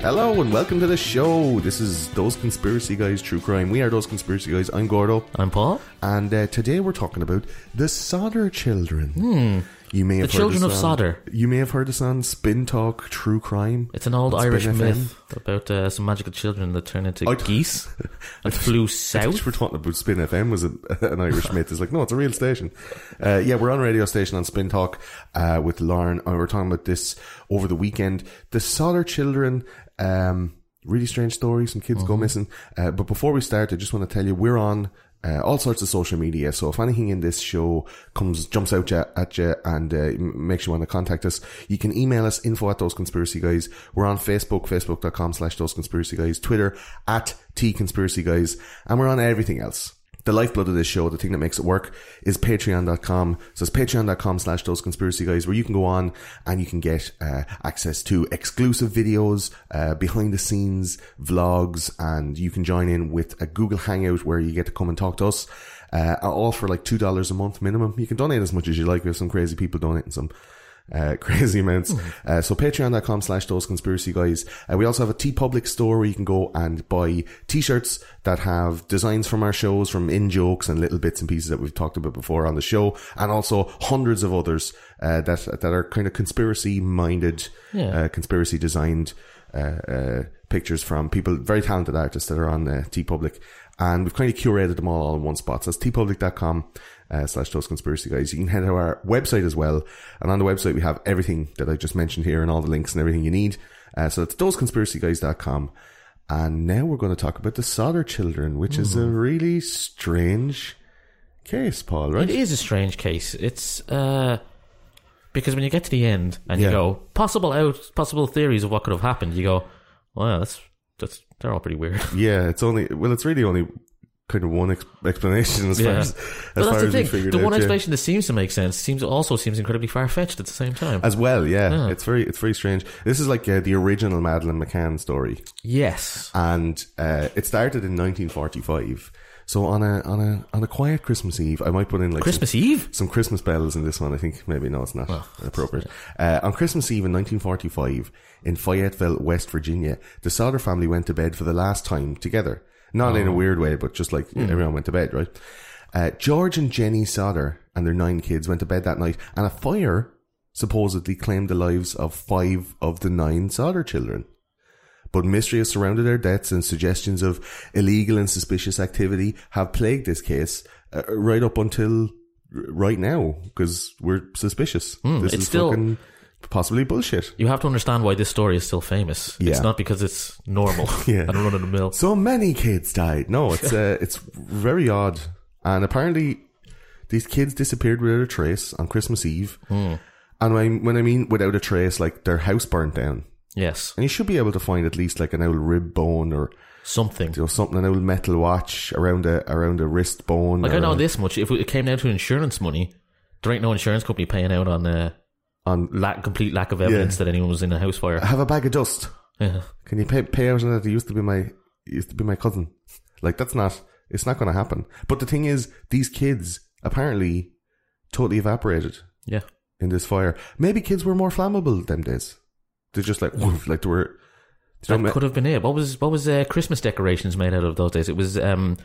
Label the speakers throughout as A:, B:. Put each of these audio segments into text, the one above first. A: Hello and welcome to the show. This is Those Conspiracy Guys True Crime. We are Those Conspiracy Guys. I'm Gordo.
B: I'm Paul.
A: And uh, today we're talking about the Sodder Children. You may have heard
B: Hmm.
A: this
B: Children of
A: on-
B: Sodder.
A: You may have heard this on Spin Talk True Crime.
B: It's an old
A: on
B: Irish
A: Spin FM.
B: myth about uh, some magical children that turn into
A: I-
B: geese
A: I
B: and flew south.
A: Which we're talking about Spin FM was a, an Irish myth. It's like, no, it's a real station. Uh, yeah, we're on a radio station on Spin Talk uh, with Lauren. and we were talking about this over the weekend. The Solar Children, um, really strange story. Some kids go missing. Uh, but before we start, I just want to tell you we're on. Uh, all sorts of social media. So if anything in this show comes, jumps out ya- at you and uh, m- makes you want to contact us, you can email us info at those conspiracy guys. We're on Facebook, facebook.com slash those conspiracy guys, Twitter at T conspiracy guys, and we're on everything else. The lifeblood of this show, the thing that makes it work, is patreon.com. So it's patreon.com slash those conspiracy guys where you can go on and you can get uh, access to exclusive videos, uh, behind the scenes vlogs, and you can join in with a Google Hangout where you get to come and talk to us. Uh, all for like $2 a month minimum. You can donate as much as you like. We have some crazy people donating some uh, crazy amounts. Uh, so patreon.com slash those conspiracy guys. Uh, we also have a T Public store where you can go and buy t-shirts that have designs from our shows, from in jokes and little bits and pieces that we've talked about before on the show. And also hundreds of others, uh, that, that are kind of conspiracy minded,
B: Yeah.
A: uh, conspiracy designed, uh, uh, pictures from people, very talented artists that are on uh, T Public. And we've kind of curated them all, all in one spot. So that's tpublic.com uh, slash those conspiracy guys. You can head to our website as well. And on the website, we have everything that I just mentioned here and all the links and everything you need. Uh, so it's thoseconspiracyguys.com. And now we're going to talk about the Sodder Children, which is a really strange case, Paul,
B: It
A: right?
B: is a strange case. It's uh, because when you get to the end and
A: Yeah.
B: you go possible out possible theories of what could have happened, you go, wow, that's that's they're all pretty weird.
A: Yeah, it's only, well, it's really only kind of one ex- explanation as far
B: Yeah.
A: as, as,
B: But
A: far
B: that's the
A: as we
B: thing.
A: figured
B: The
A: out,
B: one
A: yeah.
B: explanation that seems to make sense seems also seems incredibly far fetched at the same time.
A: As well, yeah.
B: Yeah.
A: It's very, it's very strange. This is like uh, the original Madeline McCann story.
B: yes.
A: and uh, it started in 1945. So on a on a on a quiet Christmas Eve, I might put in like some-
B: Christmas Eve.
A: some Christmas bells in this one. I think maybe no, it's not appropriate. Uh, on Christmas Eve in 1945, in Fayetteville, West Virginia, the Sauter family went to bed for the last time together. Not in a weird way, but just like everyone went to bed, right? Uh, George and Jenny Sauter and their nine kids went to bed that night, and a fire supposedly claimed the lives of five of the nine Sauter children. But mystery has surrounded their deaths, and suggestions of illegal and suspicious activity have plagued this case uh, right up until r- right now because we're suspicious. this
B: Hmm, it's
A: is
B: still-
A: fucking possibly bullshit.
B: You have to understand why this story is still famous.
A: Yeah.
B: It's not because it's normal
A: Yeah.
B: and run of the mill.
A: So many kids died. No, it's uh, it's very odd, and apparently these kids disappeared without a trace on Christmas Eve.
B: Hmm.
A: And when I, when I mean without a trace, like their house burnt down,
B: Yes.
A: and you should be able to find at least like an old rib bone or
B: Something.
A: you know, something an old metal watch around a around a wrist bone.
B: Like I
A: or
B: know this much: if it came down to insurance money, there ain't no insurance company paying out on uh,
A: on
B: lack, complete lack of evidence that anyone was in a house fire.
A: have a bag of dust.
B: Yeah.
A: Can you pay pay out on that? It used to be my it used to be my cousin. Like that's not it's not going to happen. But the thing is, these kids apparently totally evaporated
B: yeah,
A: in this fire. Maybe kids were more flammable them days. They're just like woof, like they were. Do you know
B: that could have been it. What was what was uh, Christmas decorations made out of those days? It was, um,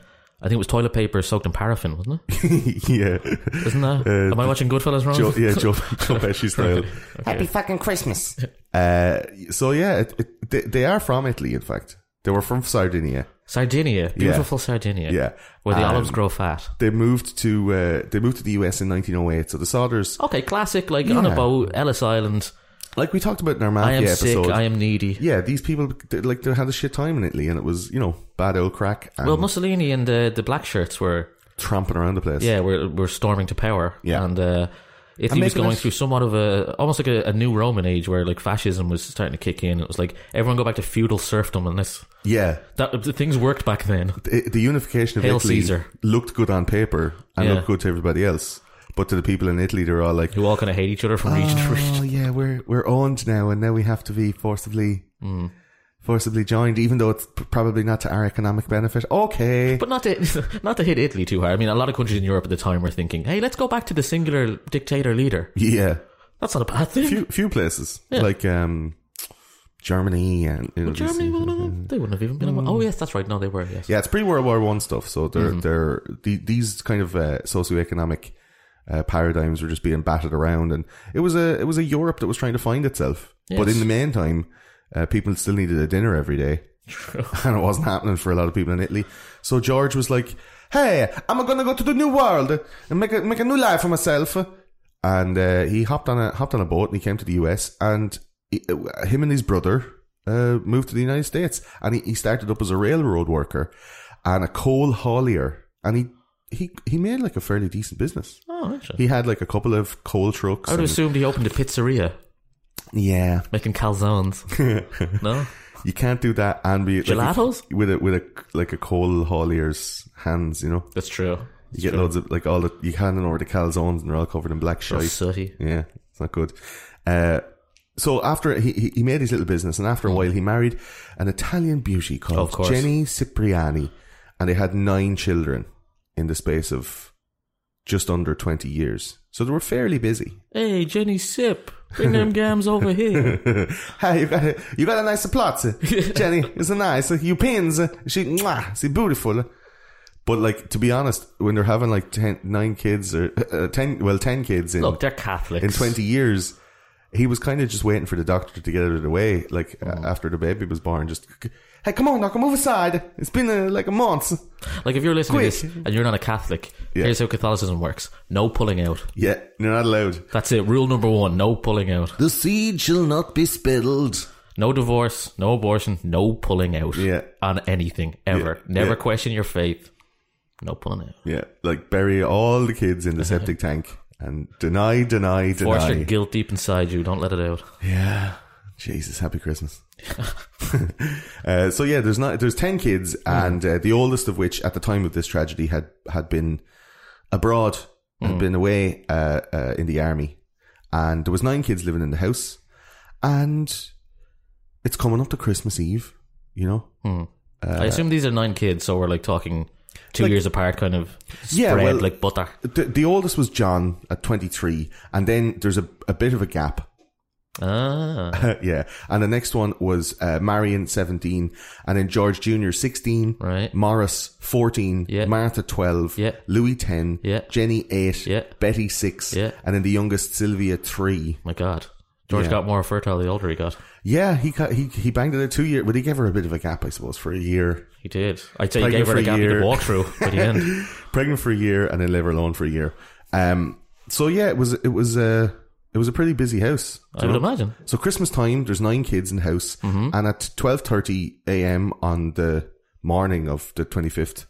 B: I think it was toilet paper soaked in paraffin, wasn't it?
A: yeah,
B: Isn't that?
A: Uh,
B: Am I watching Goodfellas wrong?
A: Joe, yeah, Joe, Joe Pesci style.
C: Happy fucking Christmas.
A: Uh, so yeah, it, it, they, they are from Italy. In fact, they were from Sardinia.
B: Sardinia, beautiful Sardinia.
A: Yeah.
B: where the
A: Um,
B: olives grow fat.
A: They moved to uh, they moved to the US in 1908. So the Sodders,
B: Okay, classic. Like on
A: Yeah.
B: a boat, Ellis Island.
A: like we talked about in our
B: I
A: Mafia
B: am sick.
A: episode,
B: I am needy.
A: yeah, these people they- like they had a shit time in Italy, and it was you know bad old crack and
B: Well, Mussolini and the the black shirts were
A: tramping around the place.
B: Yeah, we're we're storming to power.
A: Yeah.
B: and uh,
A: And
B: Italy was
A: making
B: going
A: it-
B: through somewhat of a almost like a, a new Roman age where like fascism was starting to kick in. It was like everyone go back to feudal serfdom, and this
A: yeah.
B: that the things worked back then.
A: The, the unification of
B: Hail
A: Italy
B: Caesar.
A: looked good on paper and
B: Yeah.
A: looked good to everybody else, but to the people in Italy, they're all like,
B: Who all kind of hate each other from region to region.
A: "Oh yeah, we're we're owned now, and now we have to be forcibly."
B: Mm.
A: Forcibly joined, even though it's p- probably not to our economic benefit. Okay,
B: But not to not to hit Italy too hard. I mean, a lot of countries in Europe at the time were thinking, "Hey, let's go back to the singular dictator leader."
A: yeah,
B: That's not a bad thing.
A: few few places like um Germany and you know,
B: Well,
A: these-
B: Germany, wouldn't have- they wouldn't have even been.
A: Hmm.
B: a- Oh, yes, that's right. No, they were. Yes. Mm-hmm.
A: Yeah, it's pre World War One stuff. So they're they're the, these kind of uh, socioeconomic uh, paradigms were just being battered around, and it was a it was a Europe that was trying to find itself. But
B: Yes.
A: in the meantime, uh, people still needed a dinner every day, and it wasn't happening for a lot of people in Italy. So George was like, "Hey, I'm gonna go to the new world and make a make a new life for myself." And uh, he hopped on a hopped on a boat and he came to the US, and he- uh, him and his brother uh, moved to the United States, and he, he started up as a railroad worker and a coal haulier, and he. He, he made like a fairly decent business.
B: Oh, actually.
A: He had like a couple of coal trucks.
B: I would
A: and-
B: have assumed he opened a pizzeria
A: yeah,
B: making calzones. no?
A: you can't do that and be like,
B: Gelatos?
A: with a with a like a coal haulier's hands. You know,
B: That's true.
A: you get loads of like all the you handing over the calzones and they're all covered in black shite.
B: Sooty.
A: Yeah, it's not good. Uh, so after he- he he made his little business, and after a while, he married an Italian beauty
B: Of
A: called
B: course.
A: Jenny Cipriani, and they had nine children in the space of just under twenty years. So they were fairly busy.
B: Hey, Jenny Sip, bring them gams over here.
A: hey, you got a, you got a nice plot, Jenny. It's a nice you pins. She mwah, she beautiful. But like to be honest, when they're having like ten, nine kids or uh, ten, well, ten kids in
B: Look, they're Catholics.
A: in 20 years he was kind of just waiting for the doctor to get out of the way like a- after the baby was born just hey come on now come move aside it's been uh, like a month
B: Like, if you're listening
A: Quick.
B: to this and you're not a Catholic,
A: Yeah.
B: here's how Catholicism works no pulling out.
A: yeah you're not allowed
B: That's it. Rule number one no pulling out.
A: the seed shall not be spilled
B: No divorce, no abortion, no pulling out
A: Yeah.
B: on anything ever.
A: Yeah,
B: Never
A: yeah.
B: question your faith. No pulling out.
A: yeah like bury all the kids in the septic tank and deny deny
B: Force
A: deny
B: your guilt deep inside you. Don't let it out.
A: yeah jesus happy christmas uh, so yeah there's not there's 10 kids and uh, the oldest of which at the time of this tragedy had had been abroad had been away uh, uh, in the army and there was nine kids living in the house and it's coming up to christmas eve you know Uh,
B: I assume these are nine kids, so we're like talking two years apart, kind of spread
A: Yeah, well-
B: like butter.
A: the, the oldest was john at 23 and then there's a, a bit of a gap
B: Ah,
A: yeah and the next one was uh, marion 17 and then george jr 16
B: Right.
A: morris 14
B: Yeah.
A: martha 12
B: Yeah.
A: louis 10
B: Yeah.
A: jenny 8
B: Yeah.
A: betty 6
B: Yeah.
A: and then the youngest sylvia 3
B: my God. George
A: Yeah.
B: got more fertile the older he got.
A: Yeah, he cut, he he banged it out two years, but he gave her a bit of a gap, I suppose, for a year.
B: He did. I'd say he
A: Pregnant
B: gave her
A: for
B: a
A: a
B: gap in
A: year.
B: the walkthrough by the end.
A: Pregnant for a year and then leave her alone for a year. Um, so yeah, it was it was uh, it was a pretty busy house.
B: I would imagine.
A: So Christmas time, there's nine kids in the house, and at twelve thirty a.m. on the morning of the twenty fifth,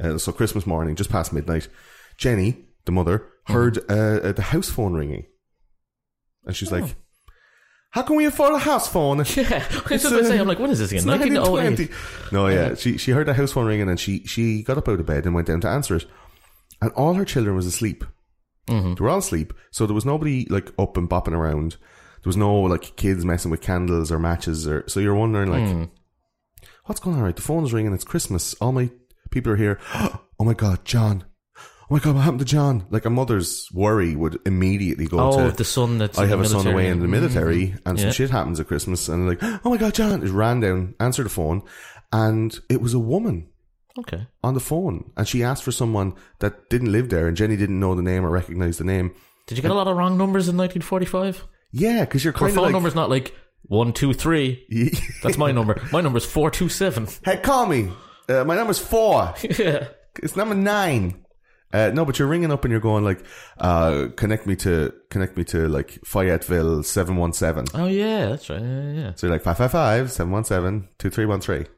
A: uh, so Christmas morning, just past midnight, Jenny, the mother, heard uh, uh, the house phone ringing, and she's like, "How can we afford a house phone?"
B: Yeah, I was just about to say, I'm like, what is this again? 1908.
A: 1920. No, yeah. She she heard the house phone ringing and she she got up out of bed and went down to answer it. And all her children was asleep. They were all asleep. So there was nobody like up and bopping around. There was no like kids messing with candles or matches or so you're wondering like what's going on right? The phone's ringing, it's Christmas. All my people are here. Oh my god, John. Oh my god, what happened to John? Like a mother's worry would immediately go to
B: Oh, the son that's.
A: I
B: in
A: have
B: the
A: a son
B: military.
A: away in the military, and some
B: Yeah.
A: shit happens at Christmas, and like, oh my god, John, just ran down, answered the phone, and it was a woman
B: Mm. Okay.
A: on the phone, and she asked for someone that didn't live there, and Jenny didn't know the name or recognize the name.
B: Did you get a lot of wrong numbers in 1945?
A: Yeah, because you're
B: Her
A: kind
B: phone
A: of like,
B: number's not like 123. That's my number. My number's 427.
A: hey, call me. Uh, my number's four.
B: yeah.
A: It's number nine. Uh, no, but you're ringing up and you're going like, uh, connect me to connect me to like Fayetteville seven one seven.
B: Oh, yeah, that's right. Yeah, yeah.
A: So you're like 555 717 2313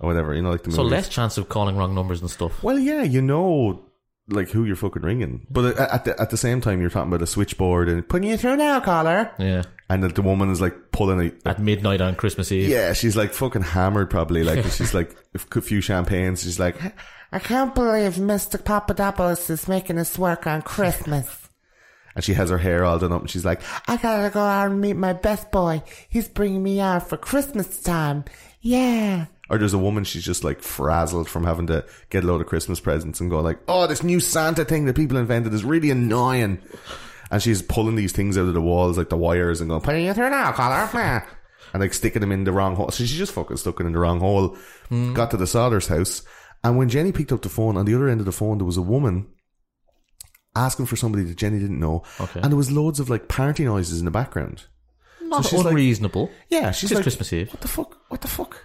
A: or whatever, you know, like the
B: So
A: movies.
B: less chance of calling wrong numbers and stuff.
A: Well, yeah, you know, like who you're fucking ringing, but at- at the at the same time, you're talking about a switchboard and putting you through now, caller.
B: Yeah.
A: And that the woman is like pulling a.
B: At midnight on Christmas Eve.
A: Yeah, she's like fucking hammered, probably. Like she's like a few champagnes. She's like,
C: I can't believe Mr. Papadopoulos is making us work on Christmas.
A: and she has her hair all done up, and she's like,
C: I gotta go out and meet my best boy. He's bringing me out for Christmas time. Yeah.
A: or there's a woman she's just like frazzled from having to get a load of Christmas presents and go like, oh, this new Santa thing that people invented is really annoying. And she's pulling these things out of the walls, like the wires, and going, putting you through now, caller. and like sticking him in the wrong hole. So she just fucking stuck it in the wrong hole. Got to the Sodder's house, and when Jenny picked up the phone, on the other end of the phone there was a woman asking for somebody that Jenny didn't know,
B: Okay.
A: and there was loads of like party noises in the background.
B: Not
A: she's like-
B: unreasonable.
A: Yeah, she's
B: It's
A: like,
B: Christmas Eve.
A: What the fuck? What the fuck?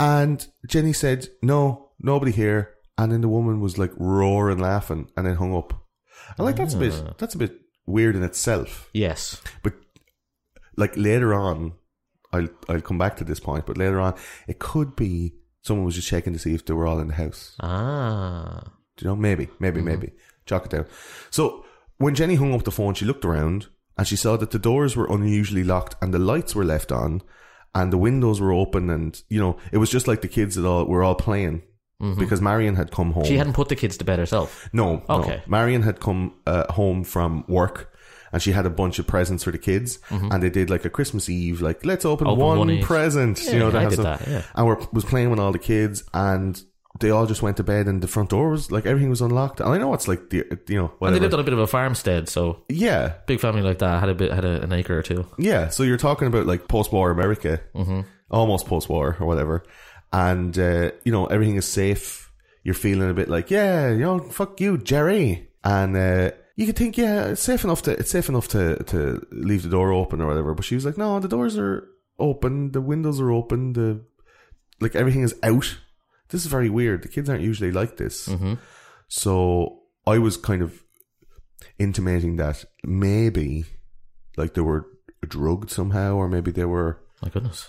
A: And Jenny said, "No, nobody here." And then the woman was like roaring, laughing, and then hung up. And like that's a bit that's a bit weird in itself.
B: yes.
A: But like later on, I'll I'll come back to this point. But later on, it could be someone was just checking to see if they were all in the house.
B: Ah.
A: Do you know? Maybe, maybe, maybe. Chalk it down. So when Jenny hung up the phone, she looked around and she saw that the doors were unusually locked and the lights were left on and the windows were open and you know it was just like the kids that all were all playing because Marion had come home.
B: She hadn't put the kids to bed herself.
A: No,
B: Okay.
A: no. Marion had come uh, home from work. And she had a bunch of presents for the kids, and they did like a Christmas Eve, like let's open,
B: Mm-hmm. Open
A: one,
B: one each.
A: present, you know.
B: Yeah,
A: to
B: I
A: have
B: did
A: some-
B: that, yeah.
A: And we was playing with all the kids, and they all just went to bed, and the front door was like everything was unlocked. And I know it's like the you know
B: And they
A: whatever.
B: lived on a bit of a farmstead, so
A: yeah,
B: big family like that had a bit had a, an acre or two.
A: yeah. So you're talking about like post-war America, mm-hmm. almost post-war or whatever, and uh, you know everything is safe. You're feeling a bit like yeah, you know, fuck you, Jerry, and uh, you could think yeah, it's safe enough to it's safe enough to to leave the door open or whatever. But she was like, no, the doors are open, the windows are open, the like everything is out. This is very weird. The kids aren't usually like this. So I was kind of intimating that maybe like they were drugged somehow, or maybe they were.
B: My goodness.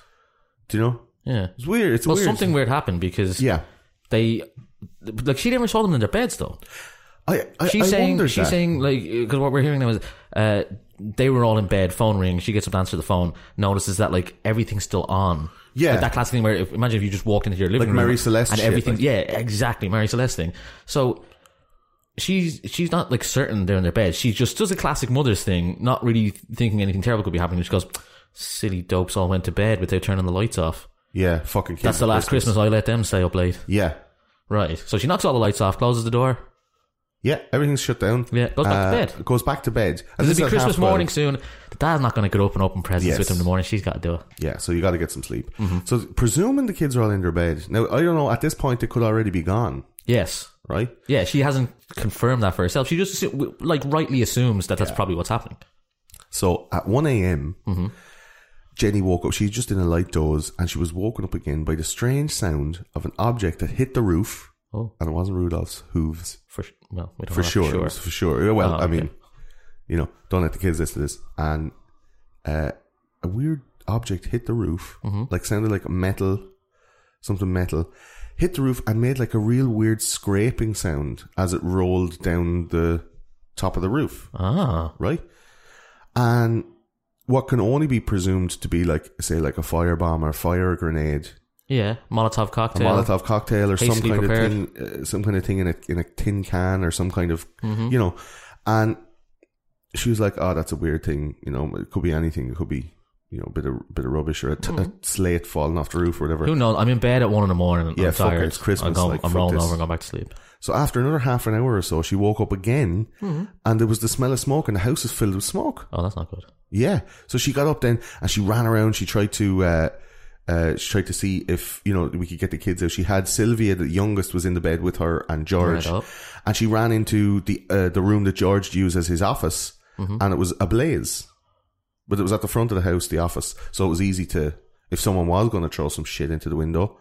A: Do you know?
B: Yeah.
A: It's weird. It's
B: Well,
A: weird.
B: something weird happened because
A: Yeah.
B: they like she never saw them in their beds though.
A: I. I
B: She's
A: I
B: saying
A: wondered
B: she's
A: that.
B: saying like because what we're hearing now is uh, they were all in bed. Phone rings. She gets up to answer the phone. Notices that like everything's still on.
A: Yeah.
B: Like, that classic thing where if, imagine if you just walked into your living
A: Like
B: room,
A: Mary Celeste
B: and
A: shit,
B: everything.
A: like-
B: yeah, exactly, Mary Celeste thing. So she's she's not like certain they're in their bed. She just does a classic mother's thing, not really thinking anything terrible could be happening. She goes, "Silly dopes all went to bed without turning the lights off."
A: Yeah. Fucking. Kids
B: That's the
A: at
B: last Christmas I let them stay up late.
A: Yeah.
B: Right. So she knocks all the lights off, closes the door.
A: Yeah. Everything's shut down. Uh,
B: Yeah, goes back to bed.
A: It Goes back to bed. And
B: It'll
A: this is
B: be
A: at half
B: Christmas
A: twelve.
B: morning soon. The dad's not going to get up and open presents
A: Yes.
B: with him in the morning. She's got to do it.
A: Yeah. So you got to get some sleep.
B: Mm-hmm.
A: So presuming the kids are all in their bed now, I don't know. At this point, they could already be gone,
B: Yes.
A: right?
B: Yeah, she hasn't confirmed that for herself. She just, assu- like, rightly assumes that that's probably what's happening.
A: So at 1 a.m.,
B: Mm-hmm.
A: Jenny woke up. She was just in a light doze and she was woken up again by the strange sound of an object that hit the roof.
B: Oh.
A: And it wasn't Rudolph's hooves.
B: For sh- well, we don't
A: For
B: know
A: sure. it was For sure. Well,
B: Oh,
A: I
B: okay.
A: mean, you know, don't let the kids listen to this. And uh, a weird object hit the roof,
B: Mm-hmm.
A: like sounded like metal, something metal, hit the roof and made like a real weird scraping sound as it rolled down the top of the roof
B: Ah,
A: right? And what can only be presumed to be like, say, like a firebomb or fire grenade,
B: yeah, Molotov
A: a
B: cocktail.
A: Molotov cocktail, or some
B: Hastily
A: kind
B: prepared.
A: of thing, uh, some kind of thing in a in a tin can, or some kind of,
B: Mm-hmm.
A: you know. And she was like, "Oh, that's a weird thing. You know, it could be anything. It could be, you know, a bit of bit of rubbish or a, t- a slate falling off the roof or whatever."
B: Mm-hmm. Who knows? I'm in bed at one in the morning. And
A: Yeah,
B: I'm
A: fuck it,
B: tired.
A: it's Christmas,
B: I'm, going,
A: like,
B: I'm
A: fuck
B: rolling
A: this.
B: over and going back to sleep.
A: So after another half an hour or so, she woke up again,
B: Mm-hmm.
A: and there was the smell of smoke, and the house is filled with smoke.
B: Oh, that's not good.
A: Yeah. So she got up then and she ran around. She tried to, uh, uh, she tried to see if, you know, we could get the kids out. She had Sylvia, the youngest, was in the bed with her and George.
B: Right up.
A: And she ran into the, uh, the room that George used as his office
B: Mm-hmm.
A: and it was ablaze. But it was at the front of the house, the office. So it was easy to, if someone was going to throw some shit into the window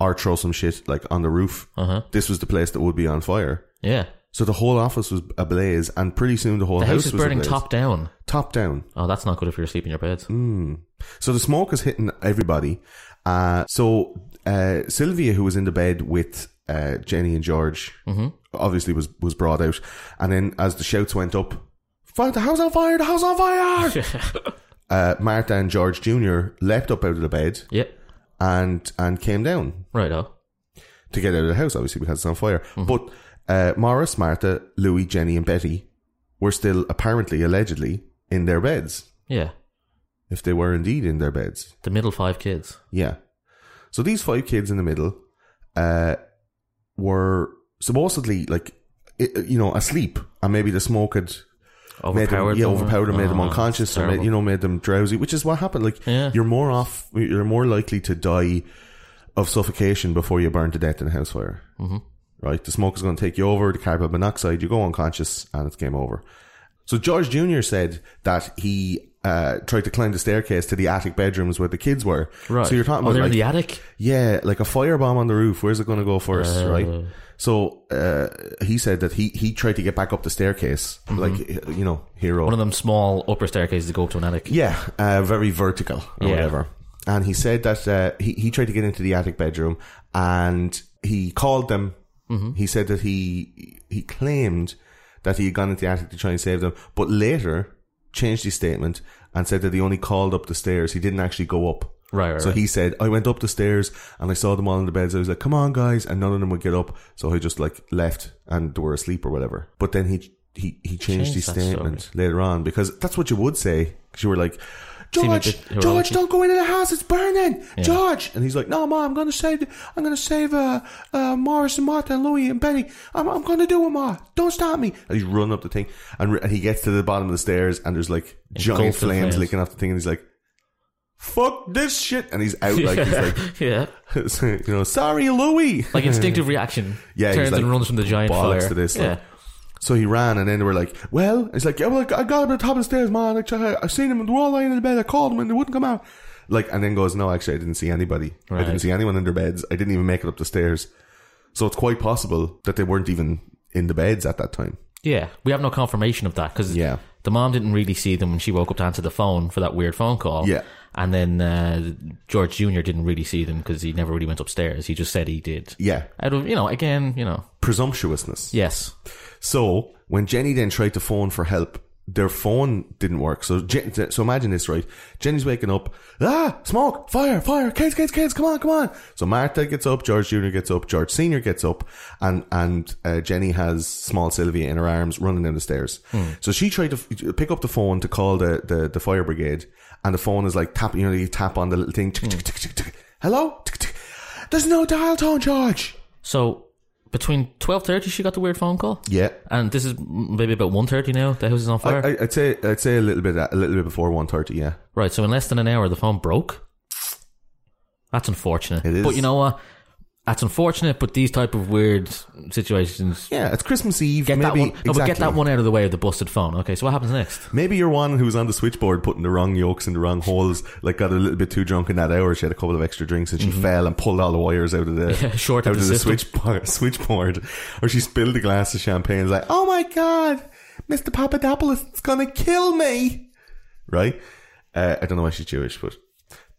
A: or throw some shit like on the roof,
B: Uh-huh.
A: this was the place that would be on fire.
B: Yeah.
A: So the whole office was ablaze and pretty soon the whole
B: The
A: house,
B: house is
A: was
B: burning
A: ablaze.
B: top down.
A: top down.
B: Oh, that's not good if you're asleep in your bed.
A: Mm. So the smoke is hitting everybody. Uh, so uh, Sylvia, who was in the bed with uh, Jenny and George, obviously was was brought out. And then as the shouts went up, "Fire! The house on fire! The house on fire!" uh, Martha and George Junior leapt up out of the bed
B: Yep.
A: and and came down
B: Right, oh.
A: to get out of the house, obviously because it's on fire. But uh, Morris, Martha, Louis, Jenny, and Betty were still apparently, allegedly, in their beds.
B: Yeah.
A: If they were indeed in their beds,
B: The middle five kids.
A: Yeah. So these five kids in the middle uh, were supposedly like i- you know asleep, and maybe the smoke had
B: Overpowered
A: made them,
B: them
A: yeah,
B: or-
A: overpowered them, made them
B: Oh,
A: unconscious, or made,
B: terrible.
A: you know, made them drowsy, which is what happened. Like
B: Yeah.
A: you're more off, you're more likely to die of suffocation before you burn to death in a house fire. Mm-hmm. Right, the smoke is going to take you over. The carbon monoxide, you go unconscious, and it's game over. So George Jr. said that he uh, tried to climb the staircase to the attic bedrooms where the kids were.
B: Right.
A: So you're talking about
B: oh, they're
A: like,
B: in the attic.
A: yeah, like a firebomb on the roof. Where's it going to go first,
B: Uh.
A: right? So uh, he said that he he tried to get back up the staircase, like you know, hero.
B: Mm-hmm. One of them small upper staircases that go up to an attic.
A: Yeah, uh, very vertical or
B: Yeah.
A: whatever. And he said that uh, he, he tried to get into the attic bedroom and he called them.
B: Mm-hmm.
A: He said that he he claimed that he had gone into the attic to try and save them, but later changed his statement and said that he only called up the stairs. He didn't actually go up.
B: Right, right,
A: So
B: right.
A: he said, I went up the stairs and I saw them all in the beds. I was like, come on, guys. And none of them would get up. So he just like left and they were asleep or whatever. But then he, he, he changed
B: Changed
A: his
B: that
A: statement later on because that's what you would say. Because you were like, George,
B: bit heroic.
A: George, don't go into the house. It's burning, George. And he's like, No, ma, I'm gonna save, I'm gonna save uh, uh, Morris and Martha and Louie and Benny. I'm, I'm gonna do it, ma. Don't stop me. And he's running up the thing, and, re- and he gets to the bottom of the stairs, and there's like giant
B: Engulfed in
A: flames,
B: flames.
A: licking off the thing, and he's like, Fuck this shit, and he's out like he's like.
B: yeah.
A: you know, sorry, Louie.
B: Like instinctive reaction.
A: Yeah, he's
B: turns
A: like,
B: and runs from the giant
A: bollocks
B: fire.
A: to this, like,
B: yeah,
A: So he ran, and then they were like, "Well," it's like, "Yeah, well, I got I got him at the top of the stairs, man. Like, I, I seen him. They were all lying in the bed. I called them, and they wouldn't come out." Like, and then goes, "No, actually, I didn't see anybody. I didn't
B: Right.
A: see anyone in their beds. I didn't even make it up the stairs. So it's quite possible that they weren't even in the beds at that time."
B: yeah. We have no confirmation of that because
A: Yeah.
B: the mom didn't really see them when she woke up to answer the phone for that weird phone call.
A: Yeah.
B: and then uh, George Junior didn't really see them because he never really went upstairs. He just said he did.
A: Yeah,
B: Out of you know, again, you know,
A: presumptuousness.
B: yes,
A: So when Jenny then tried to phone for help, their phone didn't work. So Je- so imagine this, right? Jenny's waking up. Ah, smoke, fire, fire, kids, kids, kids, come on, come on. So Martha gets up, George Junior gets up, George Senior gets up, and and uh, Jenny has small Sylvia in her arms, running down the stairs. So she tried to f- pick up the phone to call the the, the fire brigade, and the phone is like tap, you know, you tap on the little thing. tick, tick, tick, tick, tick. Hello. Tick, tick. There's no dial tone, George.
B: So between twelve thirty, she got the weird phone call.
A: Yeah.
B: and this is m- maybe about 1.30 now. The house is on fire.
A: I, I- I'd say I'd say a little bit a little bit before one thirty. Yeah,
B: right, so in less than an hour, the phone broke. That's unfortunate.
A: It is.
B: But you know what? That's unfortunate. But these type of weird situations.
A: yeah. It's Christmas Eve.
B: Get
A: maybe
B: that one. No, but get
A: exactly.
B: that one out of the way of the busted phone. Okay, so what happens next?
A: Maybe you're one who's on the switchboard putting the wrong yolks in the wrong holes. Like got a little bit too drunk in that hour. She had a couple of extra drinks and she fell and pulled all the wires out of the
B: Mm-hmm. Yeah, shorted
A: out
B: the
A: of the
B: system.
A: switchboard, switchboard, or she spilled a glass of champagne. and is like, oh my god, Mister Papadopoulos is gonna kill me. Right? Uh, I don't know why she's Jewish, but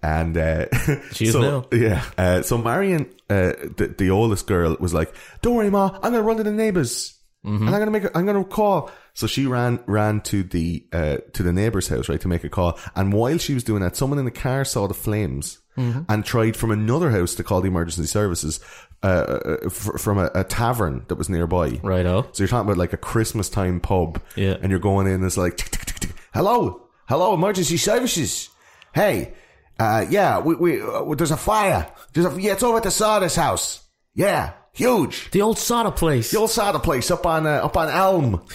A: and uh,
B: She is
A: so,
B: now.
A: Yeah. Uh, so Marion, uh, the, the oldest girl, was like, "Don't worry, ma. I'm gonna run to the neighbors, and I'm gonna make. A, I'm gonna call." So she ran ran to the uh, to the neighbor's house, right, to make a call. And while she was doing that, someone in the car saw the flames and tried from another house to call the emergency services uh, uh, f- from a, a tavern that was nearby.
B: Right, oh.
A: So you're talking about like a Christmas time pub,
B: Yeah.
A: And you're going in, and it's like, tick, tick, tick, tick. hello, hello, emergency services. Hey, uh, yeah, we, we uh, there's a fire. There's a, yeah, it's over at the Sawdust house. Yeah, huge.
B: The old Sada place.
A: The old Sawdust place up on uh, up on Elm.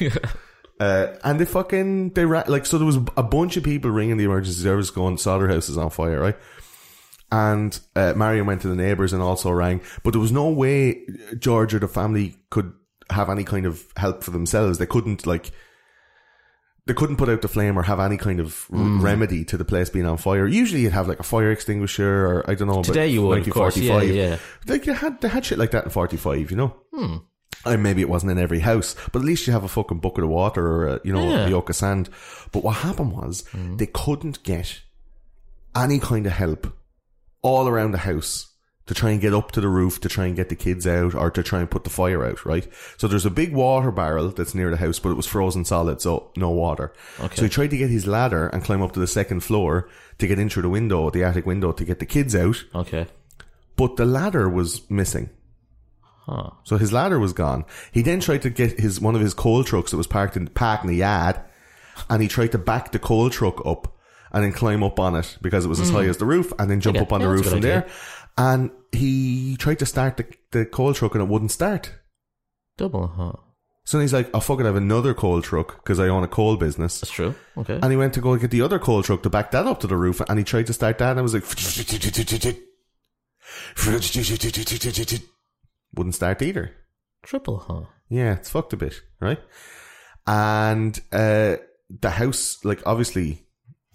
A: Uh, and they fucking they ra- like so there was a bunch of people ringing the emergency service going solder house is on fire right and uh, Marion went to the neighbors and also rang but there was no way George or the family could have any kind of help for themselves they couldn't like they couldn't put out the flame or have any kind of r-
B: Hmm.
A: remedy to the place being on fire usually you'd have like a fire extinguisher or I don't know
B: Today
A: but
B: you would, of course. Yeah,
A: 1945.
B: yeah.
A: Like you had they had shit like that in forty five, you know. Hmm. And maybe it wasn't in every house, but at least you have a fucking bucket of water or a, you know
B: Yeah. Hmm.
A: a yoke of sand. But what happened was they couldn't get any kind of help all around the house to try and get up to the roof to try and get the kids out or to try and put the fire out. Right. So there's a big water barrel that's near the house, but it was frozen solid, so no water. So he tried to get his ladder and climb up to the second floor to get in through the window, the attic window, to get the kids out
B: Okay.
A: but the ladder was missing.
B: Huh.
A: So his ladder was gone. He then tried to get his one of his coal trucks that was parked in parked in the yard, and he tried to back the coal truck up and then climb up on it because it was as high as the roof, and then jump
B: Hmm. Okay.
A: up on the
B: Yeah, that's
A: roof
B: a
A: from
B: good
A: there. And he tried to start the, the coal truck and it wouldn't start.
B: Double, huh?
A: So then he's like, "Oh fuck it, I have another coal truck because I own a coal business."
B: That's true. Okay.
A: And he went to go get the other coal truck to back that up to the roof, and he tried to start that, and I was like, wouldn't start either.
B: Triple, huh?
A: Yeah, it's fucked a bit, right? And uh, the house, like obviously,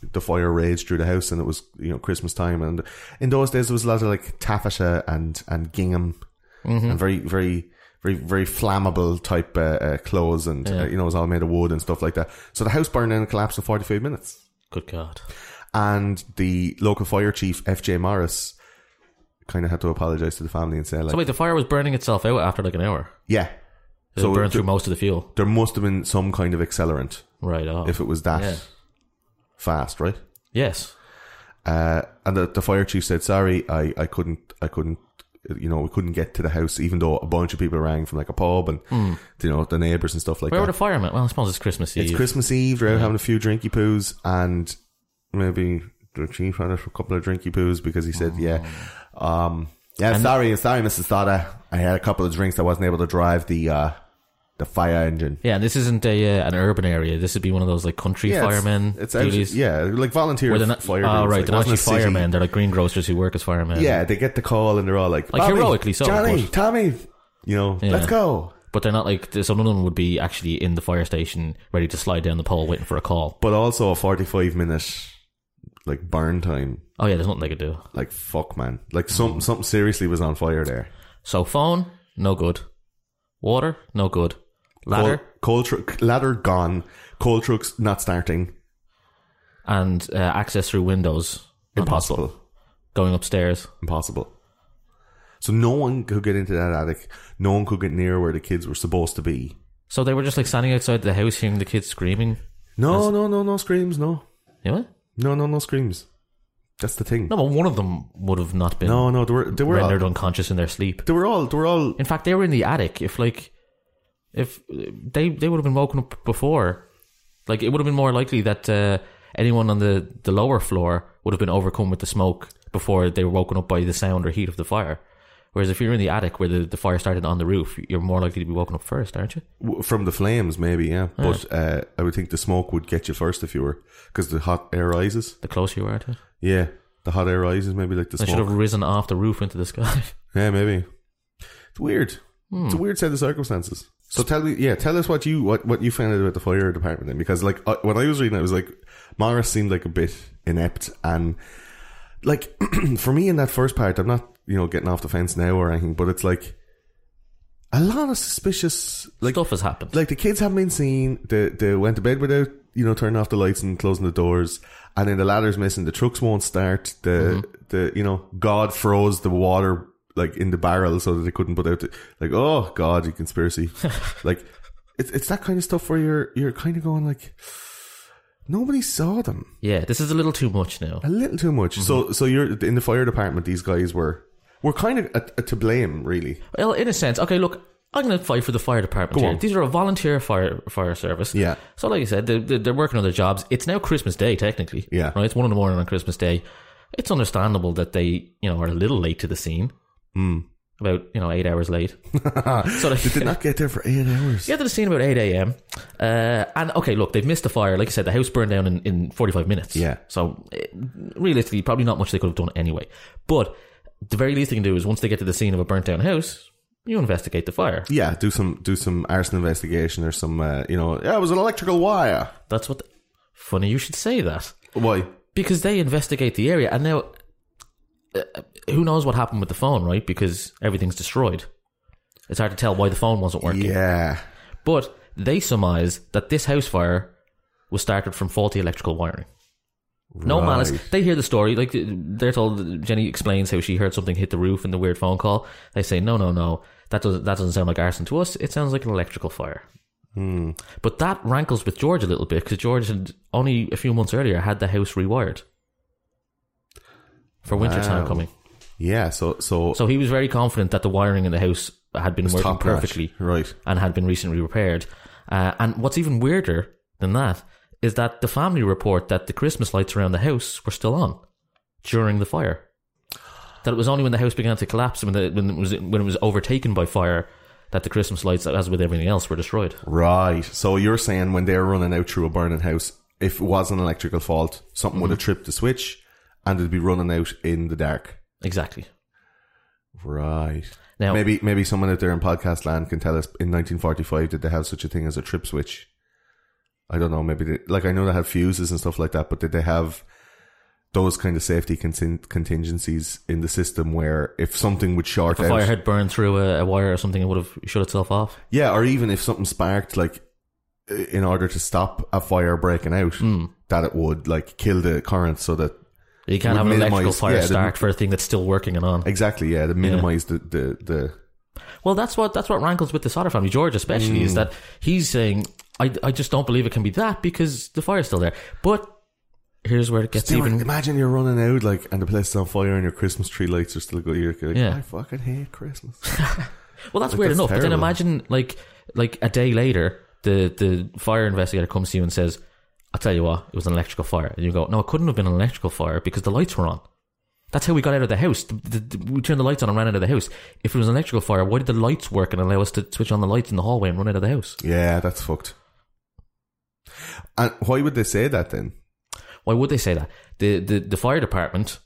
A: the fire raged through the house, and it was you know Christmas time, and in those days there was a lot of like taffeta and and gingham, and very very very very flammable type uh, uh, clothes, and uh, you know it was all made of wood and stuff like that. So the house burned down and collapsed in forty five minutes
B: Good God.
A: and the local fire chief FJ Morris kind of had to apologize to the family and say like
B: So wait, the fire was burning itself out after like an hour.
A: yeah
B: It
A: So
B: burned
A: th-
B: through most of the fuel.
A: there must have been some kind of accelerant
B: Right off.
A: if it was that
B: Yeah.
A: fast right
B: yes.
A: uh, and the, the fire chief said sorry I, I couldn't I couldn't you know we couldn't get to the house even though a bunch of people rang from like a pub and you know the neighbors and stuff like
B: Hmm. Where
A: that
B: were the firemen? Well, I suppose it's Christmas Eve.
A: It's Christmas Eve. They're out having a few drinky poos, and maybe the chief had a couple of drinky poos because he
B: Oh.
A: said, "Yeah, um, yeah, sorry, sorry, Mrs. Stoddard. I had a couple of drinks. I wasn't able to drive the uh, the fire engine."
B: yeah, and this isn't a uh, an urban area. This would be one of those like country
A: Yeah, it's-
B: firemen
A: It's,
B: duties.
A: actually, yeah, like volunteer
B: Where they're not,
A: fire.
B: oh,
A: dudes,
B: right,
A: like,
B: they're not
A: wasn't
B: actually
A: a city-
B: firemen. They're like greengrocers who work as firemen.
A: Yeah, they get the call and they're all like,
B: Like,
A: "Bobby,
B: heroically so,
A: Johnny,
B: but-
A: Tommy, you know,
B: Yeah.
A: let's go."
B: But they're not like, so none of them would be actually in the fire station ready to slide down the pole waiting for a call.
A: But also a forty-five minute like burn time.
B: Oh, yeah, there's nothing they could do.
A: Like fuck, man. Like
B: Mm.
A: something, something seriously was on fire there.
B: So, phone, no good. Water, no good. Ladder,
A: Coal, coal truck ladder gone. Coal trucks not starting.
B: and uh, access through windows, not possible.
A: Impossible.
B: Going upstairs.
A: Impossible. So no one could get into that attic. No one could get near where the kids were supposed to be.
B: So they were just like standing outside the house hearing the kids screaming.
A: No, no, no, no screams. No,
B: You know?
A: no, no, no screams. That's the thing.
B: No, but one of them would have not been
A: No, no, they were, they were all,
B: rendered unconscious in their sleep.
A: they were all, they were all.
B: In fact, they were in the attic. If like, if they they would have been woken up before, like it would have been more likely that uh, anyone on the the lower floor would have been overcome with the smoke before they were woken up by the sound or heat of the fire. Whereas if you're in the attic where the, the fire started on the roof, you're more likely to be woken up first, aren't you?
A: w- From the flames, maybe, yeah. But uh, I would think the smoke would get you first if you were, because the hot air rises.
B: The closer you are to it.
A: Yeah, the hot air rises. Maybe like the
B: They
A: smoke.
B: should have risen off the roof into the sky.
A: Yeah, maybe. It's weird. It's a weird set of circumstances. So tell me, yeah, tell us what you what, what you found out about the fire department then, because like I, when I was reading, it, I was like Morris seemed like a bit inept, and like for me in that first part, I'm not you know getting off the fence now or anything, but it's like a lot of suspicious like
B: Stuff has happened.
A: like the kids haven't been seen. They they went to bed without you know turning off the lights and closing the doors, and then the ladder's missing. The trucks won't start. The the you know God froze the water like in the barrel so that they couldn't put out. The, like oh God, you conspiracy. like it's it's that kind of stuff where you're you're kind of going like nobody saw them.
B: yeah, this is a little too much now.
A: A little too much. So so you're in the fire department. These guys were were kind of uh to blame really.
B: Well, in a sense, okay, look, I'm going to fight for the fire department
A: Go
B: here.
A: on.
B: These are a volunteer fire fire service.
A: Yeah.
B: So, like you said, they're, they're working on their jobs. It's now Christmas Day, technically.
A: Yeah.
B: Right? It's one in the morning on Christmas Day. It's understandable that they, you know, are a little late to the scene. About, you know, eight hours late. so they,
A: Hmm. They did not get there for eight hours.
B: get to the scene about 8 a.m. Uh, and okay, look, they've missed the fire. Like I said, the house burned down in, in 45 minutes.
A: Yeah.
B: So eh, realistically, probably not much they could have done anyway. But the very least they can do is once they get to the scene of a burnt down house, you investigate the fire.
A: Yeah, do some do some arson investigation or some uh, you know yeah it was an electrical wire.
B: That's what. The, funny you should say that
A: Why?
B: because they investigate the area and now. uh, Who knows what happened with the phone, right? Because everything's destroyed. It's hard to tell why the phone wasn't working.
A: Yeah,
B: But they surmise that this house fire was started from faulty electrical wiring. No
A: Right.
B: malice. They hear the story. Like they're told, Jenny explains how she heard something hit the roof in the weird phone call. They say, "No, no, no. That doesn't. That doesn't sound like arson to us. It sounds like an electrical fire."
A: Hmm.
B: But that rankles with George a little bit because George had only a few months earlier had the house rewired for winter time
A: Wow.
B: coming.
A: yeah. So so,
B: So he was very confident that the wiring in the house had been working
A: top notch.
B: perfectly
A: right?
B: and had been recently repaired. Uh, and what's even weirder than that is that the family report that the Christmas lights around the house were still on during the fire. That it was only when the house began to collapse, when, the, when, it, was, when it was overtaken by fire, that the Christmas lights, as with everything else, were destroyed.
A: Right. So you're saying when they were running out through a burning house, if it was an electrical fault, something
B: Mm-hmm.
A: would have tripped the switch and it'd be running out in the dark.
B: Exactly.
A: Right.
B: Now-
A: maybe maybe someone out there in podcast land can tell us in 1945 did they have such a thing as a trip switch? I don't know. Maybe they, like I know they had fuses and stuff like that, but did they have those kind of safety contin- contingencies in the system where if something would short
B: If a
A: out,
B: fire had burned through a, a wire or something, it would have shut itself off.
A: yeah, or even if something sparked, like i- in order to stop a fire breaking out,
B: Hmm.
A: that it would like kill the current so that
B: You can't
A: Would
B: have an electrical
A: minimise-
B: fire
A: yeah, the-
B: start for a thing that's still working and on.
A: exactly yeah to minimize the the the
B: Well, that's what that's what rankles with the Sutter family, George especially,
A: Mm.
B: is that he's saying, I, I just don't believe it can be that because the fire's still there. But here's where it gets
A: Dude,
B: even.
A: imagine you're running out like and the place is on fire and your Christmas tree lights are still good. You're like,
B: Yeah.
A: I fucking hate Christmas.
B: Well, that's
A: Like,
B: weird
A: that's
B: enough. But then
A: terrible.
B: imagine like like a day later, the the fire investigator comes to you and says, "I'll tell you what, it was an electrical fire." And you go, "No, it couldn't have been an electrical fire because the lights were on." That's how we got out of the house. The- the- the- we turned the lights on and ran out of the house. If it was an electrical fire, why did the lights work and allow us to switch on the lights in the hallway and run out of the house?
A: yeah, that's fucked. And why would they say that then?
B: Why would they say that? The the, the fire department,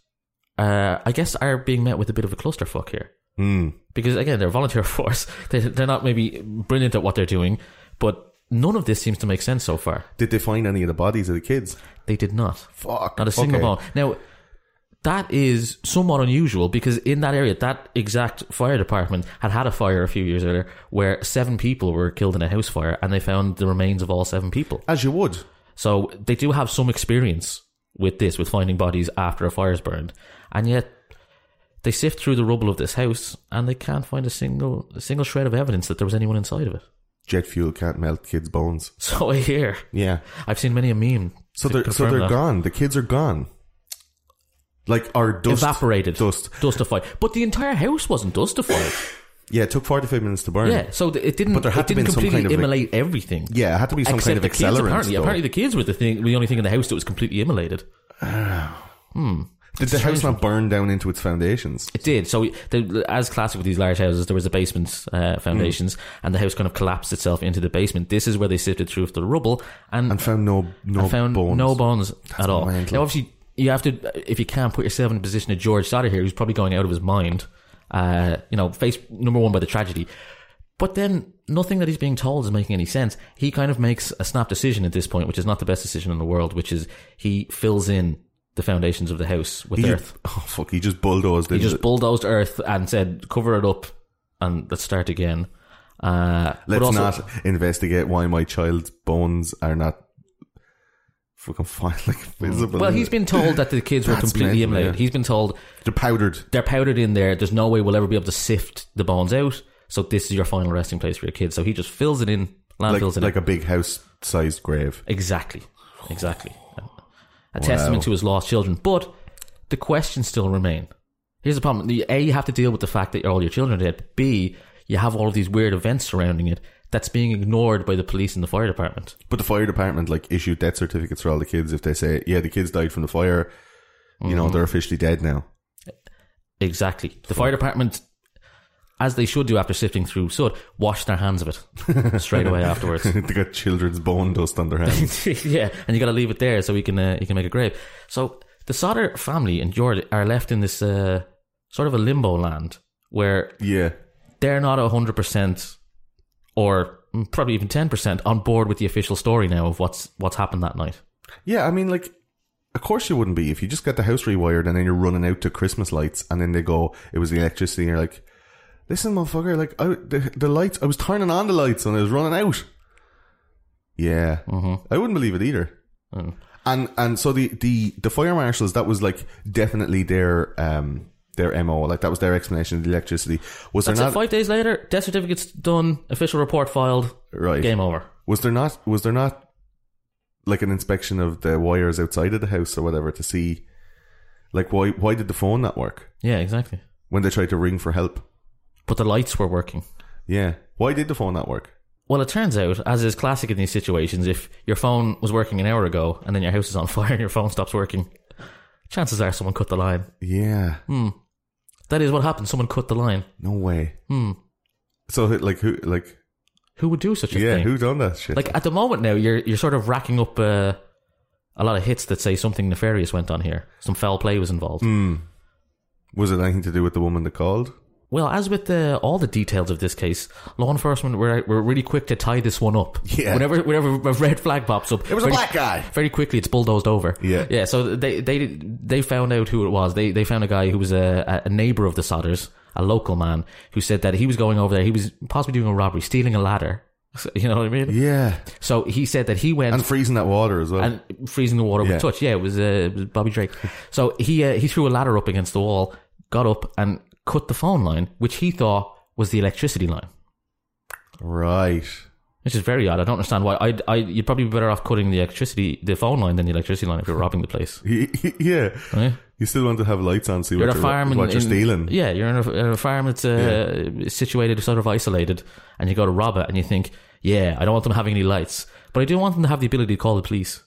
B: uh, I guess, are being met with a bit of a clusterfuck here.
A: Hmm.
B: because again they're a volunteer force they, they're not maybe brilliant at what they're doing but none of this seems to make sense so far
A: Did they find any of the bodies of the kids?
B: they did not
A: Fuck.
B: not a single
A: okay.
B: bone now that is somewhat unusual because in that area that exact fire department had had a fire a few years earlier where seven people were killed in a house fire and they found the remains of all seven people
A: As you would.
B: so they do have some experience with this, with finding bodies after a fire's burned, and yet they sift through the rubble of this house and they can't find a single a single shred of evidence that there was anyone inside of it.
A: Jet fuel can't melt kids' bones.
B: So I hear.
A: Yeah.
B: I've seen many a meme.
A: So
B: to
A: they're so
B: confirm
A: they're
B: that.
A: gone. The kids are gone. Like our dust
B: Evaporated,
A: dust.
B: dustified. But the entire house wasn't dustified.
A: Yeah, it took forty five minutes to burn.
B: yeah, so th- it didn't.
A: But there had
B: it
A: to
B: didn't
A: been some
B: completely
A: kind of, like-
B: immolate everything.
A: yeah, it had to be some
B: except
A: kind of
B: the kids.
A: accelerant.
B: Apparently,
A: though.
B: apparently the kids were the thing, the only thing in the house that was completely immolated.
A: Did the house not burn down into its foundations?
B: It did. So, the, as classic with these large houses, there was the basement uh, foundations,
A: Mm.
B: and the house kind of collapsed itself into the basement. This is where they sifted through the rubble and,
A: And found no no
B: and found
A: bones.
B: no bones at all.
A: mental.
B: Now, obviously, you have to uh, if you can put yourself in a position of George Sutter here, who's probably going out of his mind. Uh, you know, faced number one by the tragedy, but then nothing that he's being told is making any sense. He kind of makes a snap decision at this point, which is not the best decision in the world. Which is he fills in the foundations of the house with
A: He
B: earth.
A: just, oh fuck! He just bulldozed.
B: He just bulldozed Earth and said, "Cover it up, and let's start again." Uh, but
A: Let's
B: also,
A: not investigate why my child's bones are not fucking fine, like visible.
B: Well, he's been told that the kids were
A: That's
B: completely
A: mental,
B: immolated.
A: yeah.
B: He's been told
A: they're powdered.
B: they're powdered in there. There's no way we'll ever be able to sift the bones out. So this is your final resting place for your kids. So he just fills it in,
A: Like,
B: landfills it
A: like a big house sized grave.
B: in. Exactly, exactly. A testament to his lost children, but the questions still remain. Here's the problem: The- a, you have to deal with the fact that all your children are dead. B, you have all of these weird events surrounding it that's being ignored by the police and the fire department.
A: But the fire department like issue death certificates for all the kids if they say, "Yeah, the kids died from the fire." You
B: Mm-hmm.
A: know, they're officially dead now.
B: Exactly. The fire department, as they should do after sifting through soot, wash their hands of it straight away afterwards.
A: they got children's bone dust on their hands.
B: yeah, and you got to leave it there so you can uh, you can make a grave. So the Sodder family and Jord are left in this uh, sort of a limbo land where
A: yeah,
B: they're not hundred percent, or probably even ten percent, on board with the official story now of what's what's happened that night.
A: yeah. I mean, like, of course you wouldn't be if you just got the house rewired and then you're running out to Christmas lights and then they go, "It was the electricity." and You're like, "Listen, motherfucker, like, I, the, the lights. I was turning on the lights and I was running out." Yeah,
B: Mm-hmm.
A: I wouldn't believe it either.
B: Mm.
A: And and so the the the fire marshals that was like definitely their um their mo like that was their explanation of the electricity was
B: That's
A: there
B: it.
A: not
B: Five days later, death certificates done, official report filed,
A: right
B: game over.
A: was there not was there not like an inspection of the wires outside of the house or whatever to see like why why did the phone not work
B: Yeah, exactly.
A: when they tried to ring for help
B: But the lights were working.
A: yeah why did the phone not work
B: Well, it turns out, as is classic in these situations, if your phone was working an hour ago and then your house is on fire and your phone stops working, chances are someone cut the line.
A: yeah
B: Hmm. That is what happened. Someone cut the line.
A: no way So like who like
B: Who would do such a
A: yeah
B: thing?
A: who done that shit?
B: like at the moment now, you're you're sort of racking up uh, a lot of hits that say something nefarious went on here. Some foul play was involved.
A: Hmm. was it anything to do with the woman that called?
B: Well, as with the, all the details of this case, law enforcement were, were really quick to tie this one up.
A: Yeah.
B: Whenever whenever a red flag pops up,
A: It was a black guy.
B: Very quickly, it's bulldozed over.
A: Yeah.
B: Yeah. So they they they found out who it was. They they found a guy who was a, a neighbor of the Sodders, a local man, who said that he was going over there. He was possibly doing a robbery, stealing a ladder. You know what I mean?
A: Yeah,
B: So he said that he went
A: and freezing that water as well.
B: and freezing the water
A: Yeah.
B: with touch. Yeah, it was, uh, it was Bobby Drake. So he uh, he threw a ladder up against the wall, got up and cut the phone line, which he thought was the electricity line,
A: right.
B: which is very odd. I don't understand why. I I you'd probably be better off cutting the electricity the phone line than the electricity line if you're robbing the place.
A: He- he- yeah.
B: right?
A: You still want to have lights on, see
B: You're
A: what
B: at a
A: you're,
B: farm
A: what
B: in,
A: you're
B: in-
A: stealing.
B: Yeah, you're in a, in a farm that's uh, situated sort of isolated, and you go to rob it, and you think, yeah, I don't want them having any lights, but I do want them to have the ability to call the police.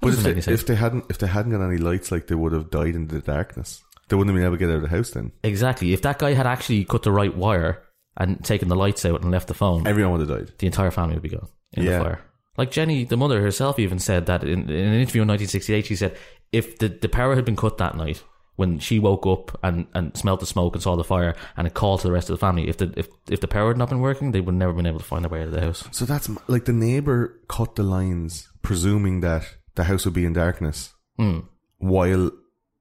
A: but if
B: doesn't make
A: they,
B: any sense.
A: if they hadn't, if they hadn't got any lights, like they would have died in the darkness. They wouldn't have been able to get out of the house. Then
B: Exactly. If that guy had actually cut the right wire and taken the lights out and left the phone,
A: everyone would have died.
B: the entire family would be gone in
A: Yeah.
B: the fire. Like Jenny, the mother herself, even said that in, in an interview in 1968, she said if the, the power had been cut that night, when she woke up and, and smelled the smoke and saw the fire and it called to the rest of the family, if the if, if the power had not been working, they would never been able to find their way out of the house.
A: So that's m- like the neighbor cut the lines, presuming that the house would be in darkness,
B: Hmm.
A: while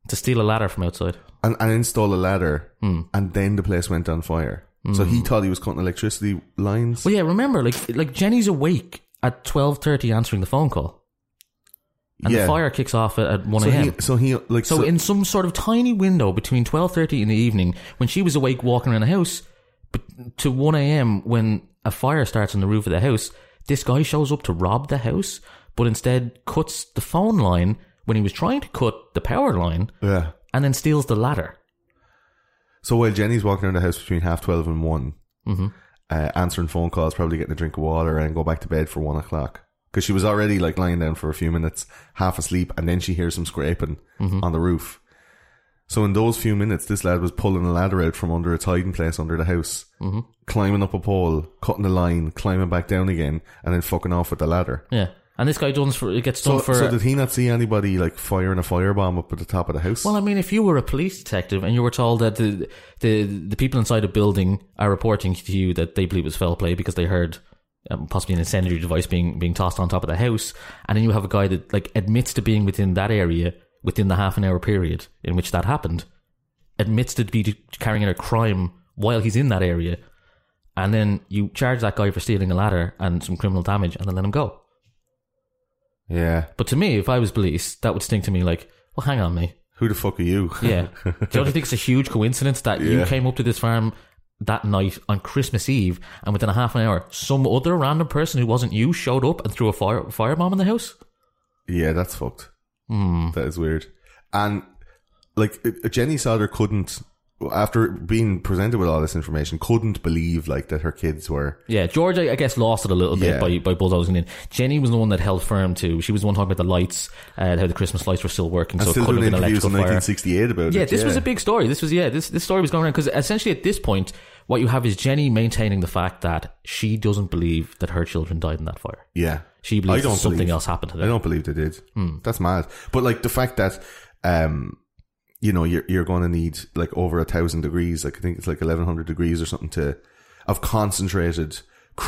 B: To steal a ladder from outside.
A: and, and install a ladder,
B: Hmm.
A: and then the place went on fire. So he thought he was cutting electricity lines.
B: Well, yeah, remember, like like Jenny's awake at 12.30 answering the phone call. And
A: Yeah.
B: the fire kicks off at, at 1
A: so
B: a.m.
A: he, so he like
B: So,
A: so,
B: in some sort of tiny window between twelve thirty in the evening, when she was awake walking around the house, but to one a.m. when a fire starts on the roof of the house, this guy shows up to rob the house, but instead cuts the phone line when he was trying to cut the power line,
A: yeah.
B: and then steals the ladder.
A: So while Jenny's walking around the house between half twelve and one,
B: Mm-hmm.
A: uh, answering phone calls, probably getting a drink of water, and go back to bed for one o'clock because she was already like lying down for a few minutes, half asleep, and then she hears some scraping
B: Mm-hmm.
A: on the roof. So in those few minutes, this lad was pulling a ladder out from under its hiding place under the house,
B: Mm-hmm.
A: climbing up a pole, cutting the line, climbing back down again, and then fucking off with the ladder.
B: Yeah, and this guy does for it gets done
A: So,
B: for.
A: so did he not see anybody like firing a firebomb up at the top of the house?
B: well, I mean, if you were a police detective and you were told that the the the people inside a building are reporting to you that they believe it was foul play because they heard um, possibly an incendiary device being being tossed on top of the house, and then you have a guy that like admits to being within that area within the half an hour period in which that happened, admits to be carrying out a crime while he's in that area, and then you charge that guy for stealing a ladder and some criminal damage, and then let him go.
A: yeah.
B: But to me, if I was police, that would sting to me like, well, hang on, mate.
A: Who the fuck are you?
B: Yeah. Don't you think it's a huge coincidence that you
A: Yeah.
B: came up to this farm that night on Christmas Eve and within a half an hour, some other random person who wasn't you showed up and threw a fire firebomb in the house?
A: Yeah, that's fucked.
B: Hmm.
A: That is weird. And like uh, Jenny Sauter couldn't, after being presented with all this information, couldn't believe like that her kids were.
B: Yeah, George, I, I guess, lost it a little bit
A: Yeah.
B: by, by bulldozing in. Jenny was the one that held firm too. She was the one talking about the lights, uh, how the Christmas lights were still working, so it
A: still
B: could have
A: doing
B: been an
A: interviews
B: electrical
A: in 1968
B: fire.
A: about
B: Yeah,
A: it.
B: this was a big story. This was yeah, this this story was going around because essentially at this point, what you have is Jenny maintaining the fact that she doesn't believe that her children died in that fire.
A: Yeah,
B: She believes
A: I don't
B: something
A: believe-
B: else happened to
A: I
B: them. Hmm.
A: don't believe they did. That's mad. But like the fact that, um, you know, you're you're going to need like over a thousand degrees. Like I think it's like 1100 degrees or something to, of concentrated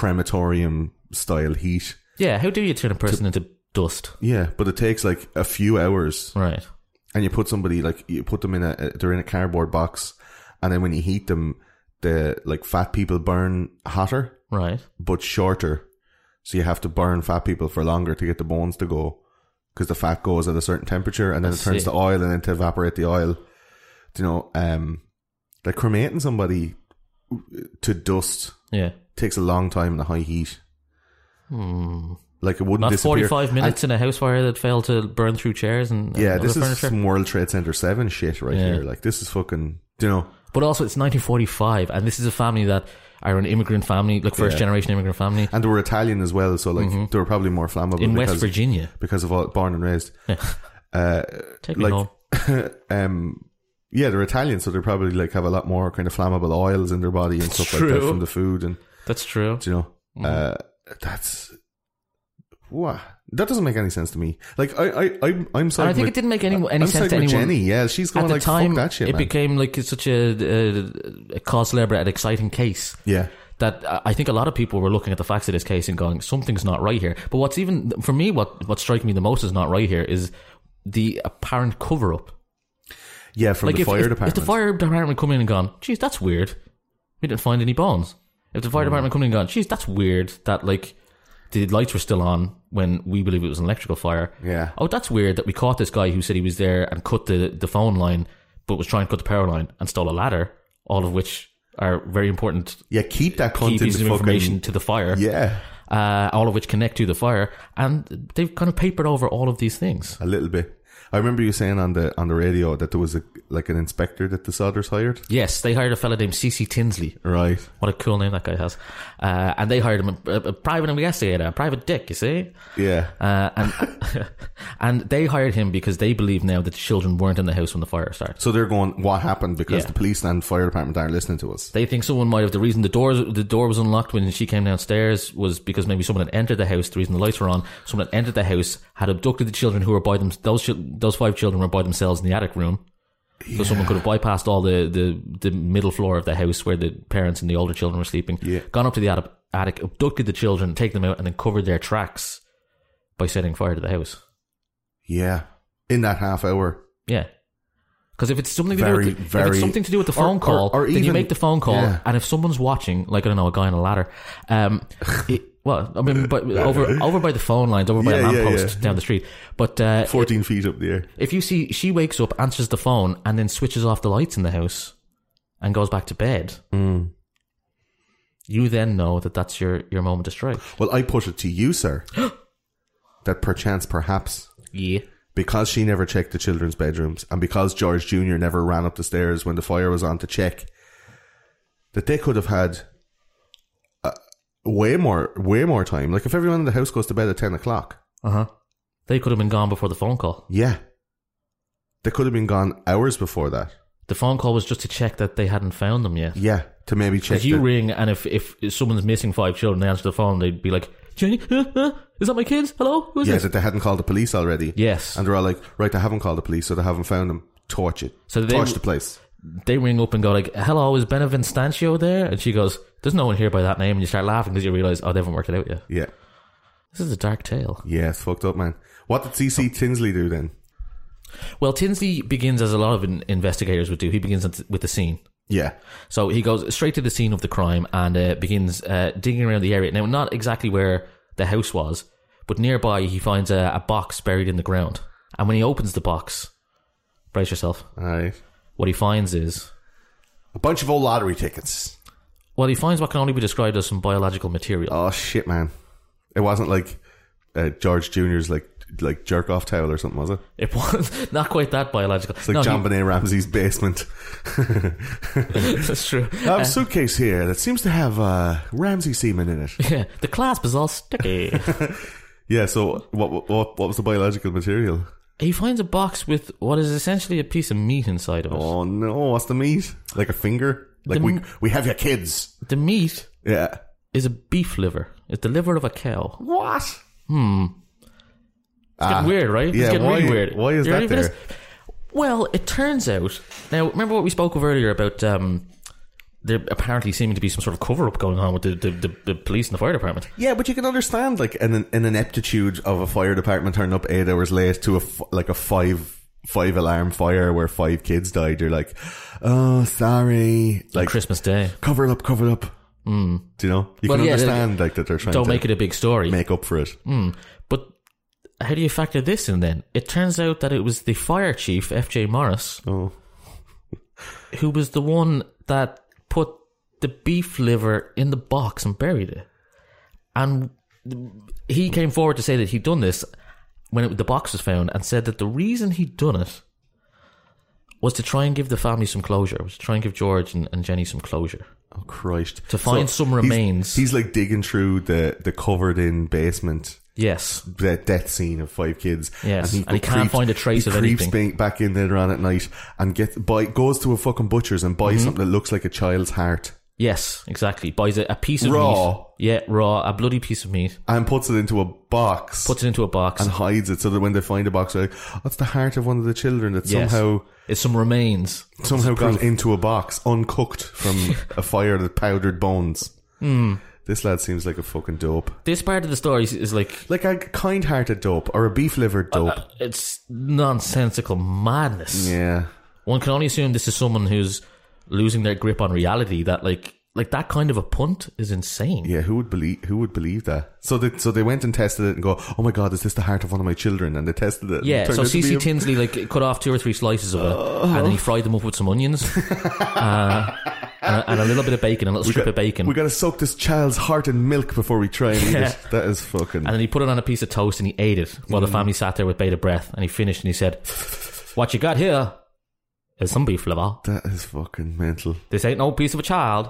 A: crematorium style heat.
B: Yeah, how do you turn a person into dust?
A: Yeah, but it takes like a few hours
B: Right.
A: and you put somebody like you put them in a a- they're in a cardboard box and then when you heat them the like fat people burn hotter
B: Right.
A: but shorter so you have to burn fat people for longer to get the bones to go because the fat goes at a certain temperature and then it turns
B: see.
A: to oil and then to evaporate the oil Do you know um like cremating somebody to dust
B: Yeah.
A: takes a long time in the high heat like it wouldn't
B: Hmm. Not
A: disappear.
B: 45 minutes in a house fire that failed to burn through chairs and, and
A: yeah
B: other
A: this is
B: furniture.
A: some world trade center 7 shit right
B: Yeah.
A: here like this is fucking do you know
B: But also, it's 1945, and this is a family that are an immigrant family, like first
A: Yeah.
B: generation immigrant family
A: and they were Italian as well, so like they were probably more flammable
B: Mm-hmm. in
A: because,
B: West Virginia.
A: because of all born and raised.
B: Take me
A: Like
B: home.
A: um, Yeah, they're Italian, so they probably like have a lot more kind of flammable oils in their body and stuff like that
B: True. Mm-hmm.
A: from the food, and
B: That's true.
A: you know, uh, that's what that doesn't make any sense to me. Like I, I, I'm, I'm
B: And
A: sorry.
B: I think
A: with,
B: it didn't make any any
A: I'm
B: sense to
A: siding with
B: anyone.
A: Jenny, yeah, she's
B: At
A: going
B: the
A: like
B: time,
A: fuck that shit,
B: it
A: man.
B: became like such a, a, a cause celebre, an exciting case.
A: yeah,
B: that uh, I I think a lot of people were looking at the facts of this case and going, something's not right here. But what's even for me, what what's striking me the most is not right here is the apparent cover up.
A: yeah, from the
B: if,
A: fire
B: if,
A: department.
B: if the fire department come in and gone, geez, that's weird. We didn't find any bones. If
A: Mm.
B: the fire department come in and gone, geez, that's weird. That like the lights were still on when we believe it was an electrical fire.
A: Yeah.
B: Oh, that's weird that we caught this guy who said he was there and cut the the phone line, but was trying to cut the power line and stole a ladder. All of which are very important
A: yeah, keep that
B: key
A: content.
B: pieces of
A: fucking,
B: information to the fire,
A: Yeah,
B: uh, all of which connect to the fire, and they've kind of papered over all of these things.
A: a little bit. I remember you saying on the on the radio that there was a like an inspector that the Sodders hired,
B: Yes, they hired a fella named CC Tinsley.
A: right?
B: What a cool name that guy has. Uh, and they hired him a, a, a private investigator, a private dick, you see?
A: Yeah,
B: Uh, and and they hired him because they believe now that the children weren't in the house when the fire started.
A: so they're going, what happened? Because
B: Yeah.
A: the police and fire department aren't listening to us.
B: They think someone might have the reason the door the door was unlocked when she came downstairs was because maybe someone had entered the house. The reason the lights were on, someone had entered the house, had abducted the children who were by them. Those chil- those five children were by themselves in the attic room, so someone could have bypassed all the, the the middle floor of the house where the parents and the older children were sleeping.
A: Yeah.
B: gone up to the attic, attic, abducted the children, taken them out, and then covered their tracks by setting fire to the house.
A: Yeah, in that half hour,
B: Yeah. Because if it's something to
A: Very,
B: do with the, if
A: very-
B: it's something to do with the
A: or-
B: phone
A: or-
B: call,
A: or
B: then you
A: even-
B: make the phone call,
A: yeah.
B: and if someone's watching, like I don't know, a guy on a ladder, um, it, well, I mean, but over over by the phone lines, over by a
A: Yeah, yeah,
B: lamppost
A: yeah.
B: down the street. But uh,
A: fourteen feet up the air.
B: if you see she wakes up, answers the phone, and then switches off the lights in the house, and goes back to bed,
A: Mm.
B: you then know that that's your your moment to strike.
A: Well, I put it to you, sir, that perchance, perhaps,
B: Yeah.
A: because she never checked the children's bedrooms and because George Jr. never ran up the stairs when the fire was on to check, that they could have had uh, way more, way more time. Like if everyone in the house goes to bed at 10 o'clock,
B: Uh huh. They could have been gone before the phone call.
A: yeah, they could have been gone hours before that.
B: The phone call was just to check that they hadn't found them yet.
A: Yeah, to maybe check.
B: If you
A: the-
B: ring and if, if someone's missing five children, they answer the phone, they'd be like, Jenny, huh, huh? is that my kids? Hello? Who is
A: yeah,
B: this?
A: that they hadn't called the police already.
B: Yes.
A: And they're all like, right, they haven't called the police, so they haven't found them. Torch it.
B: So they-
A: Torch the place.
B: They ring up and go like, hello, is Benevenstancio there? And she goes, there's no one here by that name. And you start laughing because you realize, oh, they haven't worked it out yet.
A: Yeah.
B: This is a dark tale.
A: Yeah, it's fucked up, man. What did CC Tinsley do then?
B: Well, Tinsley begins as a lot of in- investigators would do. He begins at- with the scene.
A: Yeah.
B: So he goes straight to the scene of the crime and uh, begins uh, digging around the area. Now, not exactly where the house was, but nearby he finds a, a box buried in the ground. And when he opens the box, brace yourself,
A: All right.
B: what he finds is.
A: A bunch of old lottery tickets.
B: Well, he finds what can only be described as some biological material.
A: Oh shit, man! It wasn't like uh, George Junior's like like jerk off towel or something, was it?
B: It was not quite that biological.
A: It's like
B: no, he-
A: John Benet Ramsey's basement.
B: that's true.
A: I have a suitcase here that seems to have uh, Ramsey semen in it.
B: Yeah, the clasp is all sticky.
A: Yeah. So what what what was the biological material?
B: he finds a box with what is essentially a piece of meat inside of it.
A: Oh no! What's the meat? Like a finger? Like
B: The
A: we
B: m-
A: we have your kids.
B: The meat
A: Yeah.
B: is a beef liver. It's the liver of a cow. Hmm.
A: What? Ah,
B: It's getting weird, right?
A: yeah,
B: it's getting
A: why-
B: really weird.
A: why is
B: You ready
A: that
B: for
A: there?
B: Well, it turns out now. Remember what we spoke of earlier about um, there apparently seeming to be some sort of cover up going on with the, the, the, the police and the fire department.
A: Yeah, but you can understand like an an ineptitude of a fire department turning up eight hours late to a f- like a five five alarm fire where five kids died. You're like, oh, sorry, like
B: Christmas Day.
A: cover it up, cover it up. Do you know? You
B: Mm. Well,
A: can
B: yeah,
A: understand like that they're trying
B: Don't
A: to
B: make it Mm. a big story.
A: make up for it.
B: But how do you factor this in then? It turns out that it was the fire chief, F.J. Morris,
A: Oh,
B: who was the one that put the beef liver in the box and buried it. And he came forward to say that he'd done this when it, the box was found and said that the reason he'd done it was to try and give the family some closure, was to try and give George and, and Jenny some closure.
A: oh Christ!
B: To find some
A: he's-
B: remains.
A: he's, like digging through the the covered in basement.
B: Yes.
A: that death scene of five kids.
B: Yes, and he can't find a trace
A: he
B: of
A: creeps
B: anything.
A: ba- back in later on at night and get buy goes to a fucking butcher's and
B: Mm-hmm.
A: buys something that looks like a child's heart
B: Yes, exactly. Buys a, a piece of
A: Raw.
B: meat. Yeah, raw. A bloody piece of meat.
A: and puts it into a box
B: Puts it into a box.
A: and hides it so that when they find a box, they're like, "That's the heart of one of the children that
B: Yes.
A: somehow
B: It's some remains.
A: somehow got into a box uncooked from a fire that powdered bones."
B: Hmm.
A: This lad seems like a fucking dope,
B: This part of the story is- is like
A: like a kind-hearted dope or a beef-livered
B: Uh,
A: dope.
B: it's nonsensical madness.
A: yeah,
B: One can only assume this is someone who's losing their grip on reality. That like like that kind of a punt is insane.
A: Yeah, who would believe who would believe that? So they so they went and tested it and go, oh my god, is this the heart of one of my children? And they tested it. and
B: Yeah,
A: it turned
B: so
A: out to be
B: CC
A: a-
B: Tinsley like cut off two or three slices of it, and
A: Uh-huh.
B: then he fried them up with some onions, uh, and, a, and a little bit of bacon, a little strip of bacon,
A: We gotta soak this child's heart in milk before we try and eat
B: Yeah.
A: it. That is fucking.
B: and then he put it on a piece of toast and he ate it while
A: Mm-hmm.
B: the family sat there with bated breath. And he finished and he said, "What you got here is some beef liver.
A: that is fucking mental.
B: This ain't no piece of a child.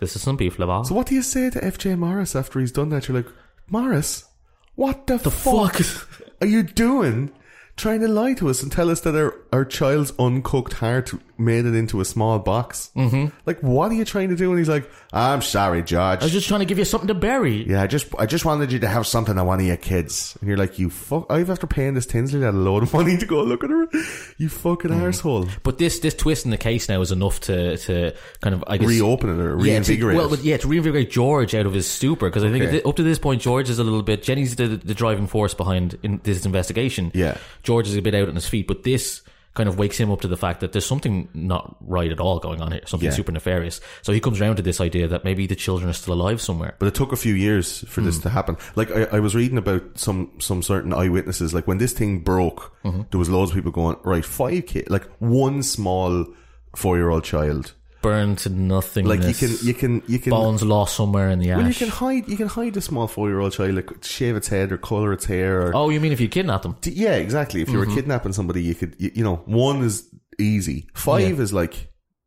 B: This is some beef liver."
A: So what do you say to FJ Morris after he's done that? You're like, Morris, what the, fuck, are you doing? Trying to lie to us and tell us that our, our child's uncooked heart made it into a small box. Mm-hmm. Like, what are you trying to do? And he's like, I'm sorry, George.
B: I was just trying to give you something to bury.
A: Yeah, I just I just wanted you to have something on one of your kids, and you're like, you fuck. I've after paying this Tinsley that a load of money to go look at her. You fucking
B: Mm.
A: arsehole.
B: But this this twist in the case now is enough to to kind of I guess
A: Reopen it or
B: Yeah, to-
A: reinvigorate.
B: well,
A: it.
B: but yeah, to reinvigorate George out of his stupor because I think
A: Okay.
B: at thi- up to this point George is a little bit Jenny's the, the driving force behind in this investigation.
A: Yeah.
B: George is a bit out on his feet, but this kind of wakes him up to the fact that there's something not right at all going on here, something
A: Yeah.
B: super nefarious. So he comes around to this idea that maybe the children are still alive somewhere.
A: But it took a few years for
B: Mm.
A: this to happen. Like I, I was reading about some some certain eyewitnesses. Like when this thing broke,
B: Mm-hmm.
A: there was loads of people going right five kids, like one small four year old child.
B: Burned to nothingness.
A: Like you can you can you can
B: bones lost somewhere in the ash.
A: well, you can hide you can hide a small four year old child like shave its head or color its hair or
B: oh, you mean if you kidnap them?
A: D- yeah, exactly. If you
B: Mm-hmm.
A: were kidnapping somebody, you could, you, you know, one is easy. Five is like,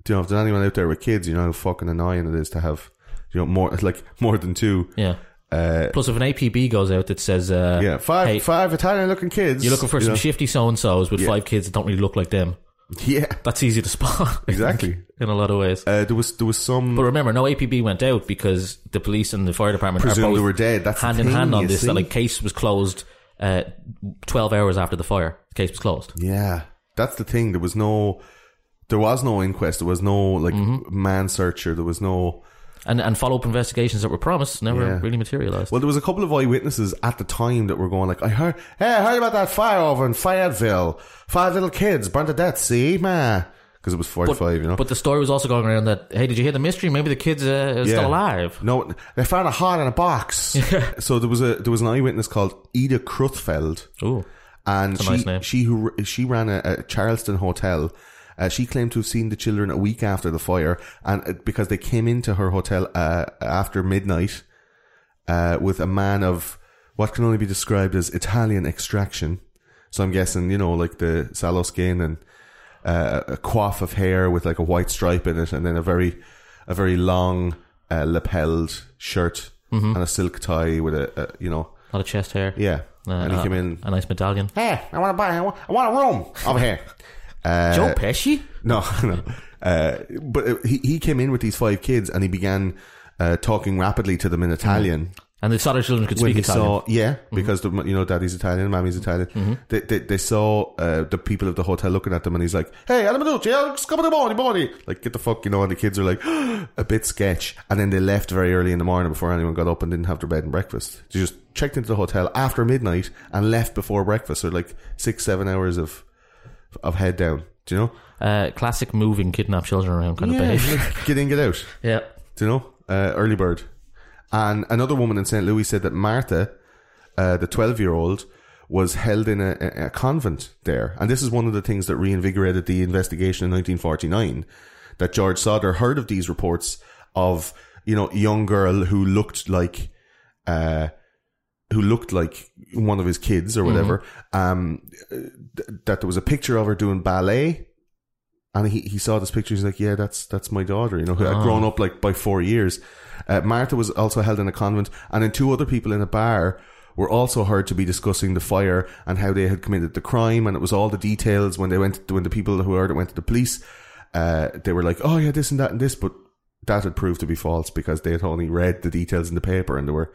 A: do you know, if there's anyone out there with kids, you know how fucking annoying it is to have, you know, more, like, more than two.
B: Yeah.
A: Uh,
B: Plus, if an APB goes out that says, uh,
A: yeah, five,
B: Hey.
A: five Italian looking kids.
B: You're looking for
A: you
B: some
A: know.
B: shifty so and so's with five kids that don't really look like them.
A: Yeah,
B: That's easy to spot.
A: exactly.
B: in a lot of ways.
A: Uh, there was, there was some,
B: But remember, no APB went out because the police and the fire department are
A: presumed
B: both
A: they were dead. That's the
B: hand in
A: thing,
B: hand on
A: you
B: this.
A: see?
B: That like case was closed uh, twelve hours after the fire. The case was closed.
A: Yeah, that's the thing. There was no, there was no inquest. There was no, like,
B: Mm-hmm.
A: man searcher. There was no,
B: And and follow up investigations that were promised never
A: Yeah.
B: really materialized.
A: Well, there was a couple of eyewitnesses at the time that were going like, "I heard, hey, I heard about that fire over in Fayetteville. Five little kids burnt to death. See, man, because it was forty-five. you know,
B: But the story was also going around that hey, did you hear the mystery? Maybe the kids uh, are
A: Yeah.
B: still alive.
A: no, they found a heart in a box. so there was a there was an eyewitness called Eda Crutfeld,
B: Ooh,
A: and she
B: nice name.
A: she who she ran a, a Charleston hotel. Uh, she claimed to have seen the children a week after the fire, and uh, because they came into her hotel uh, after midnight uh, with a man of what can only be described as Italian extraction. So I'm guessing, you know, like the sallow skin and uh, a coif of hair with like a white stripe in it, and then a very, a very long uh, lapelled shirt
B: Mm-hmm.
A: and a silk tie with a, a you know,
B: a lot of chest hair.
A: yeah.
B: Uh,
A: and he
B: uh,
A: came in.
B: a nice medallion.
A: Hey, "Eh, I want to buy. I want, I want a room over here. Uh,
B: Joe Pesci.
A: no, no. Uh, but uh, he he came in with these five kids and he began uh, talking rapidly to them in Italian.
B: And the Solid Children could
A: when
B: speak
A: he
B: Italian. Mm-hmm.
A: saw yeah because the, you know daddy's Italian mommy's Italian they, they they saw uh, the people of the hotel looking at them and he's like hey Alamaducci the body body like get the fuck you know and the kids are like a bit sketch and then they left very early in the morning before anyone got up and didn't have their bed and breakfast they just checked into the hotel after midnight and left before breakfast so like six seven hours of of head down do you know
B: uh, classic moving kidnap children around kind of behavior.
A: like, get in get out
B: Yeah.
A: do you know? Uh, early bird. And another woman in St. Louis said that Martha, uh, the 12 year old, was held in a, a- a convent there. And this is one of the things that reinvigorated the investigation in 1949 that George Sauder heard of these reports of, you know, a young girl who looked like, uh, who looked like one of his kids or whatever, um, th- that there was a picture of her doing ballet. And he, he saw this picture. He's like, yeah, that's that's my daughter. You know, who had grown up like by four years. Uh, Martha was also held in a convent, and then two other people in a bar were also heard to be discussing the fire and how they had committed the crime, and it was all the details when they went when the people who heard it went to the police. Uh, they were like, "Oh yeah, this and that and this," but that had proved to be false because they had only read the details in the paper and they were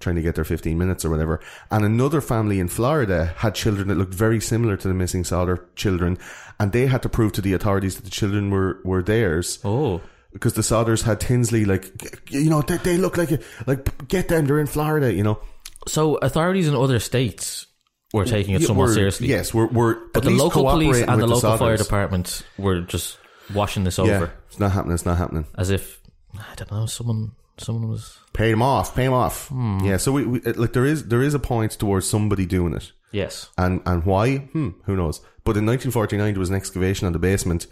A: trying to get their 15 minutes or whatever. And another family in Florida had children that looked very similar to the missing solder children, and they had to prove to the authorities that the children were were theirs
B: Oh.
A: because the Sodders had Tinsley like you know they, they look like a, like get them they're in Florida you know
B: So authorities in other states were taking it somewhat
A: We're-
B: seriously.
A: yes we're we're
B: But
A: at
B: the
A: least
B: local police
A: cooperating
B: and the
A: with
B: local fire
A: Sodders.
B: department were just washing this
A: yeah
B: over
A: it's not happening it's not happening
B: as if I don't know someone someone was
A: pay them off pay them off
B: Hmm.
A: yeah so we, we like there is there is a point towards somebody doing it
B: yes
A: and and why hmm who knows but in 1949 there was an excavation on the basement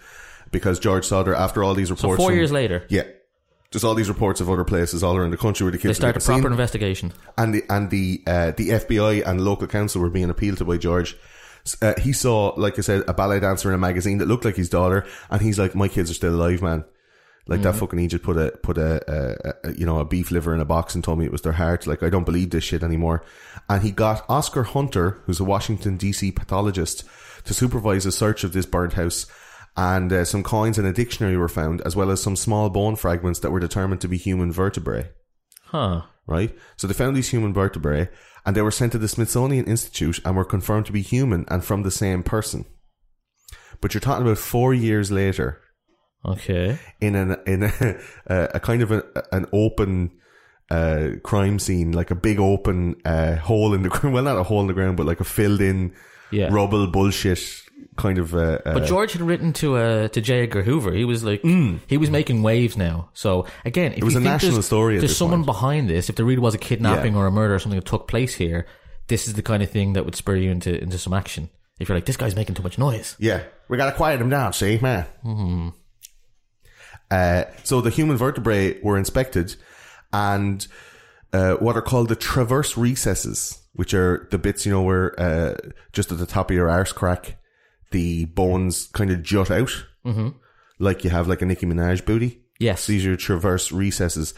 A: because George Sodder after all these reports
B: four
A: from-
B: years later
A: yeah just all these reports of other places all around the country where the kids
B: they
A: would
B: start a
A: get seen.
B: proper investigation
A: and the and the uh, the FBI and local council were being appealed to by George. S- Uh, he saw, like I said, a ballet dancer in a magazine that looked like his daughter, and he's like, "My kids are still alive, man." Like that fucking Egypt put a put a, a, a you know a beef liver in a box and told me it was their heart. Like I don't believe this shit anymore. And he got Oscar Hunter, who's a Washington D.C. pathologist, to supervise a search of this burnt house. And uh, some coins and a dictionary were found, as well as some small bone fragments that were determined to be human vertebrae
B: huh
A: right? So they found these human vertebrae and they were sent to the Smithsonian Institute and were confirmed to be human and from the same person. But you're talking about four years later
B: okay
A: in an in a, a, a kind of a, an open uh, crime scene, like a big open uh, hole in the ground. Well, not a hole in the ground, but like a filled in
B: yeah
A: rubble bullshit kind of. Uh, uh,
B: But George had written to uh, to J. Edgar Hoover. He was like, he was making waves now. So again, if
A: Mm. was
B: you
A: a
B: think
A: national
B: there's,
A: story at
B: There's
A: this
B: someone
A: point.
B: behind this. If there really was a kidnapping
A: Yeah.
B: or a murder or something that took place here, this is the kind of thing that would spur you into into some action. If you're like, this guy's making too much noise.
A: Yeah, we gotta quiet him down, see, man. Uh, so the human vertebrae were inspected, and uh, what are called the traverse recesses, which are the bits you know where uh, just at the top of your arse crack, the bones kind of jut out, mm-hmm. like you have like a Nicki Minaj booty.
B: Yes.
A: These are your traverse recesses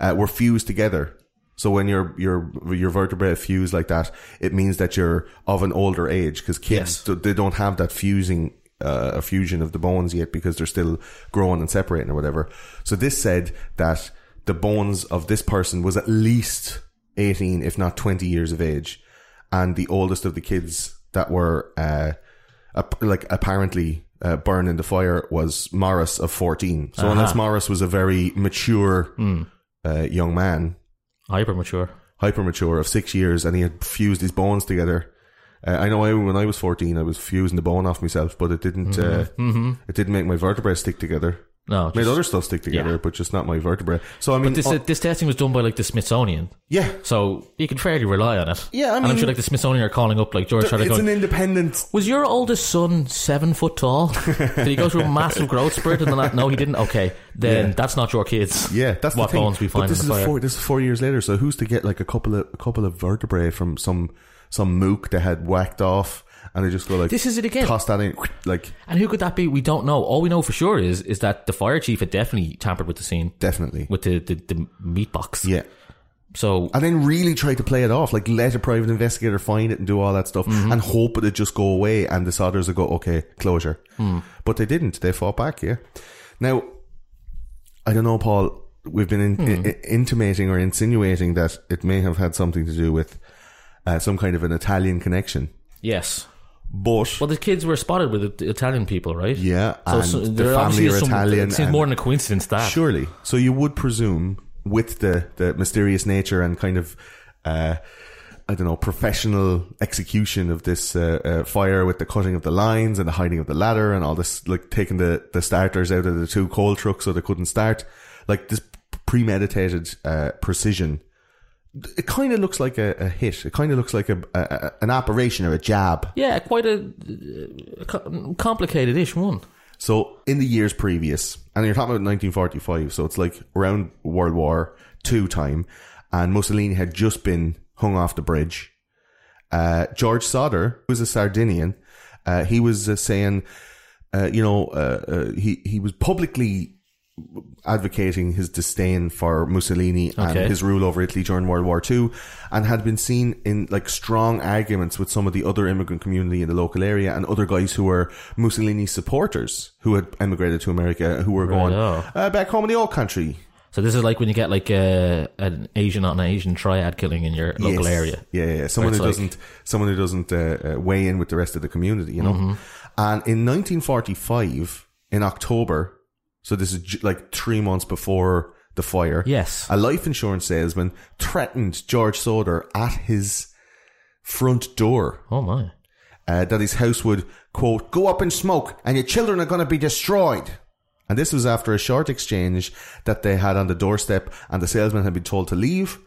A: uh, were fused together. So when your your your vertebrae fuse like that, it means that you're of an older age because kids th- they don't have that fusing uh, a fusion of the bones yet because they're still growing and separating or whatever. So this said that the bones of this person was at least eighteen, if not twenty years of age, and the oldest of the kids that were uh, ap- like apparently uh, burned in the fire was Morris of fourteen. So unless Morris was a very mature
B: Hmm.
A: uh, young man,
B: Hyper mature.
A: hyper mature of six years, and he had fused his bones together. Uh, I know I, when I was fourteen, I was fusing the bone off myself, but it didn't. Uh, It didn't make my vertebrae stick together.
B: No.
A: Made
B: Mm-hmm. just-
A: other stuff stick together,
B: Yeah.
A: but just not my vertebrae. So I mean,
B: this, uh,
A: oh,
B: this testing was done by like the Smithsonian,
A: yeah,
B: so you can fairly rely on it.
A: Yeah, I
B: and I'm
A: mean-
B: sure like the Smithsonian are calling up like George trying to
A: it's
B: go.
A: an independent
B: Was your oldest son seven foot tall? Did he go through a massive growth spurt and then that? No, he didn't. Okay, then that's not your kids.
A: Yeah, that's
B: what
A: the thing.
B: bones we
A: but
B: find in
A: this
B: the
A: is
B: fire.
A: four. This is four years later. So who's to get like a couple of a couple of vertebrae from some some mook they had whacked off, and they just go like
B: This is it again.
A: toss that in like
B: And who could that be? We don't know. All we know for sure is is that the fire chief had definitely tampered with the scene
A: definitely
B: with the the, the meat box.
A: yeah.
B: So
A: And then really try to play it off, like let a private investigator find it and do all that stuff,
B: Mm-hmm.
A: and hope it'd just go away, and the sodders would go, okay, closure.
B: Hmm.
A: But they didn't. They fought back. Yeah. Now, I don't know, Paul. We've been in,
B: Hmm.
A: i- i- intimating or insinuating that it may have had something to do with uh, some kind of an Italian connection.
B: yes,
A: But
B: well the kids were spotted with the Italian people, right?
A: yeah,
B: So,
A: and
B: so
A: the
B: there obviously
A: family are
B: is some,
A: Italian.
B: It seems
A: and-
B: more than a coincidence that.
A: surely, so you would presume with the the mysterious nature and kind of. Uh, I don't know, professional execution of this uh, uh, fire with the cutting of the lines and the hiding of the ladder and all this, like taking the, the starters out of the two coal trucks so they couldn't start. Like this premeditated uh, precision. It kind of looks like a, a hit. It kind of looks like a, a, a an operation or a jab.
B: Yeah, quite a, a co- complicated-ish one.
A: So in the years previous, and you're talking about 1945, so it's like around World War Two time, and Mussolini had just been hung off the bridge. Uh, George Sodder, who was a Sardinian, uh, he was uh, saying, uh, you know, uh, uh, he he was publicly advocating his disdain for Mussolini
B: Okay.
A: and his rule over Italy during World War II, and had been seen in like strong arguments with some of the other immigrant community in the local area and other guys who were Mussolini supporters who had emigrated to America who were going
B: Righto.
A: uh, back home in the old country.
B: So this is like when you get like uh, an Asian on an Asian triad killing in your local
A: Yes.
B: area.
A: Yeah, yeah, yeah. someone
B: it's
A: who
B: like-
A: doesn't someone who doesn't uh, uh, weigh in with the rest of the community, you know.
B: Mm-hmm.
A: And in 1945, in October, so this is ju- like three months before the fire.
B: Yes.
A: a life insurance salesman threatened George Soder at his front door
B: Oh my.
A: uh, that his house would quote go up in smoke and your children are going to be destroyed. And this was after a short exchange that they had on the doorstep, and the salesman had been told to leave.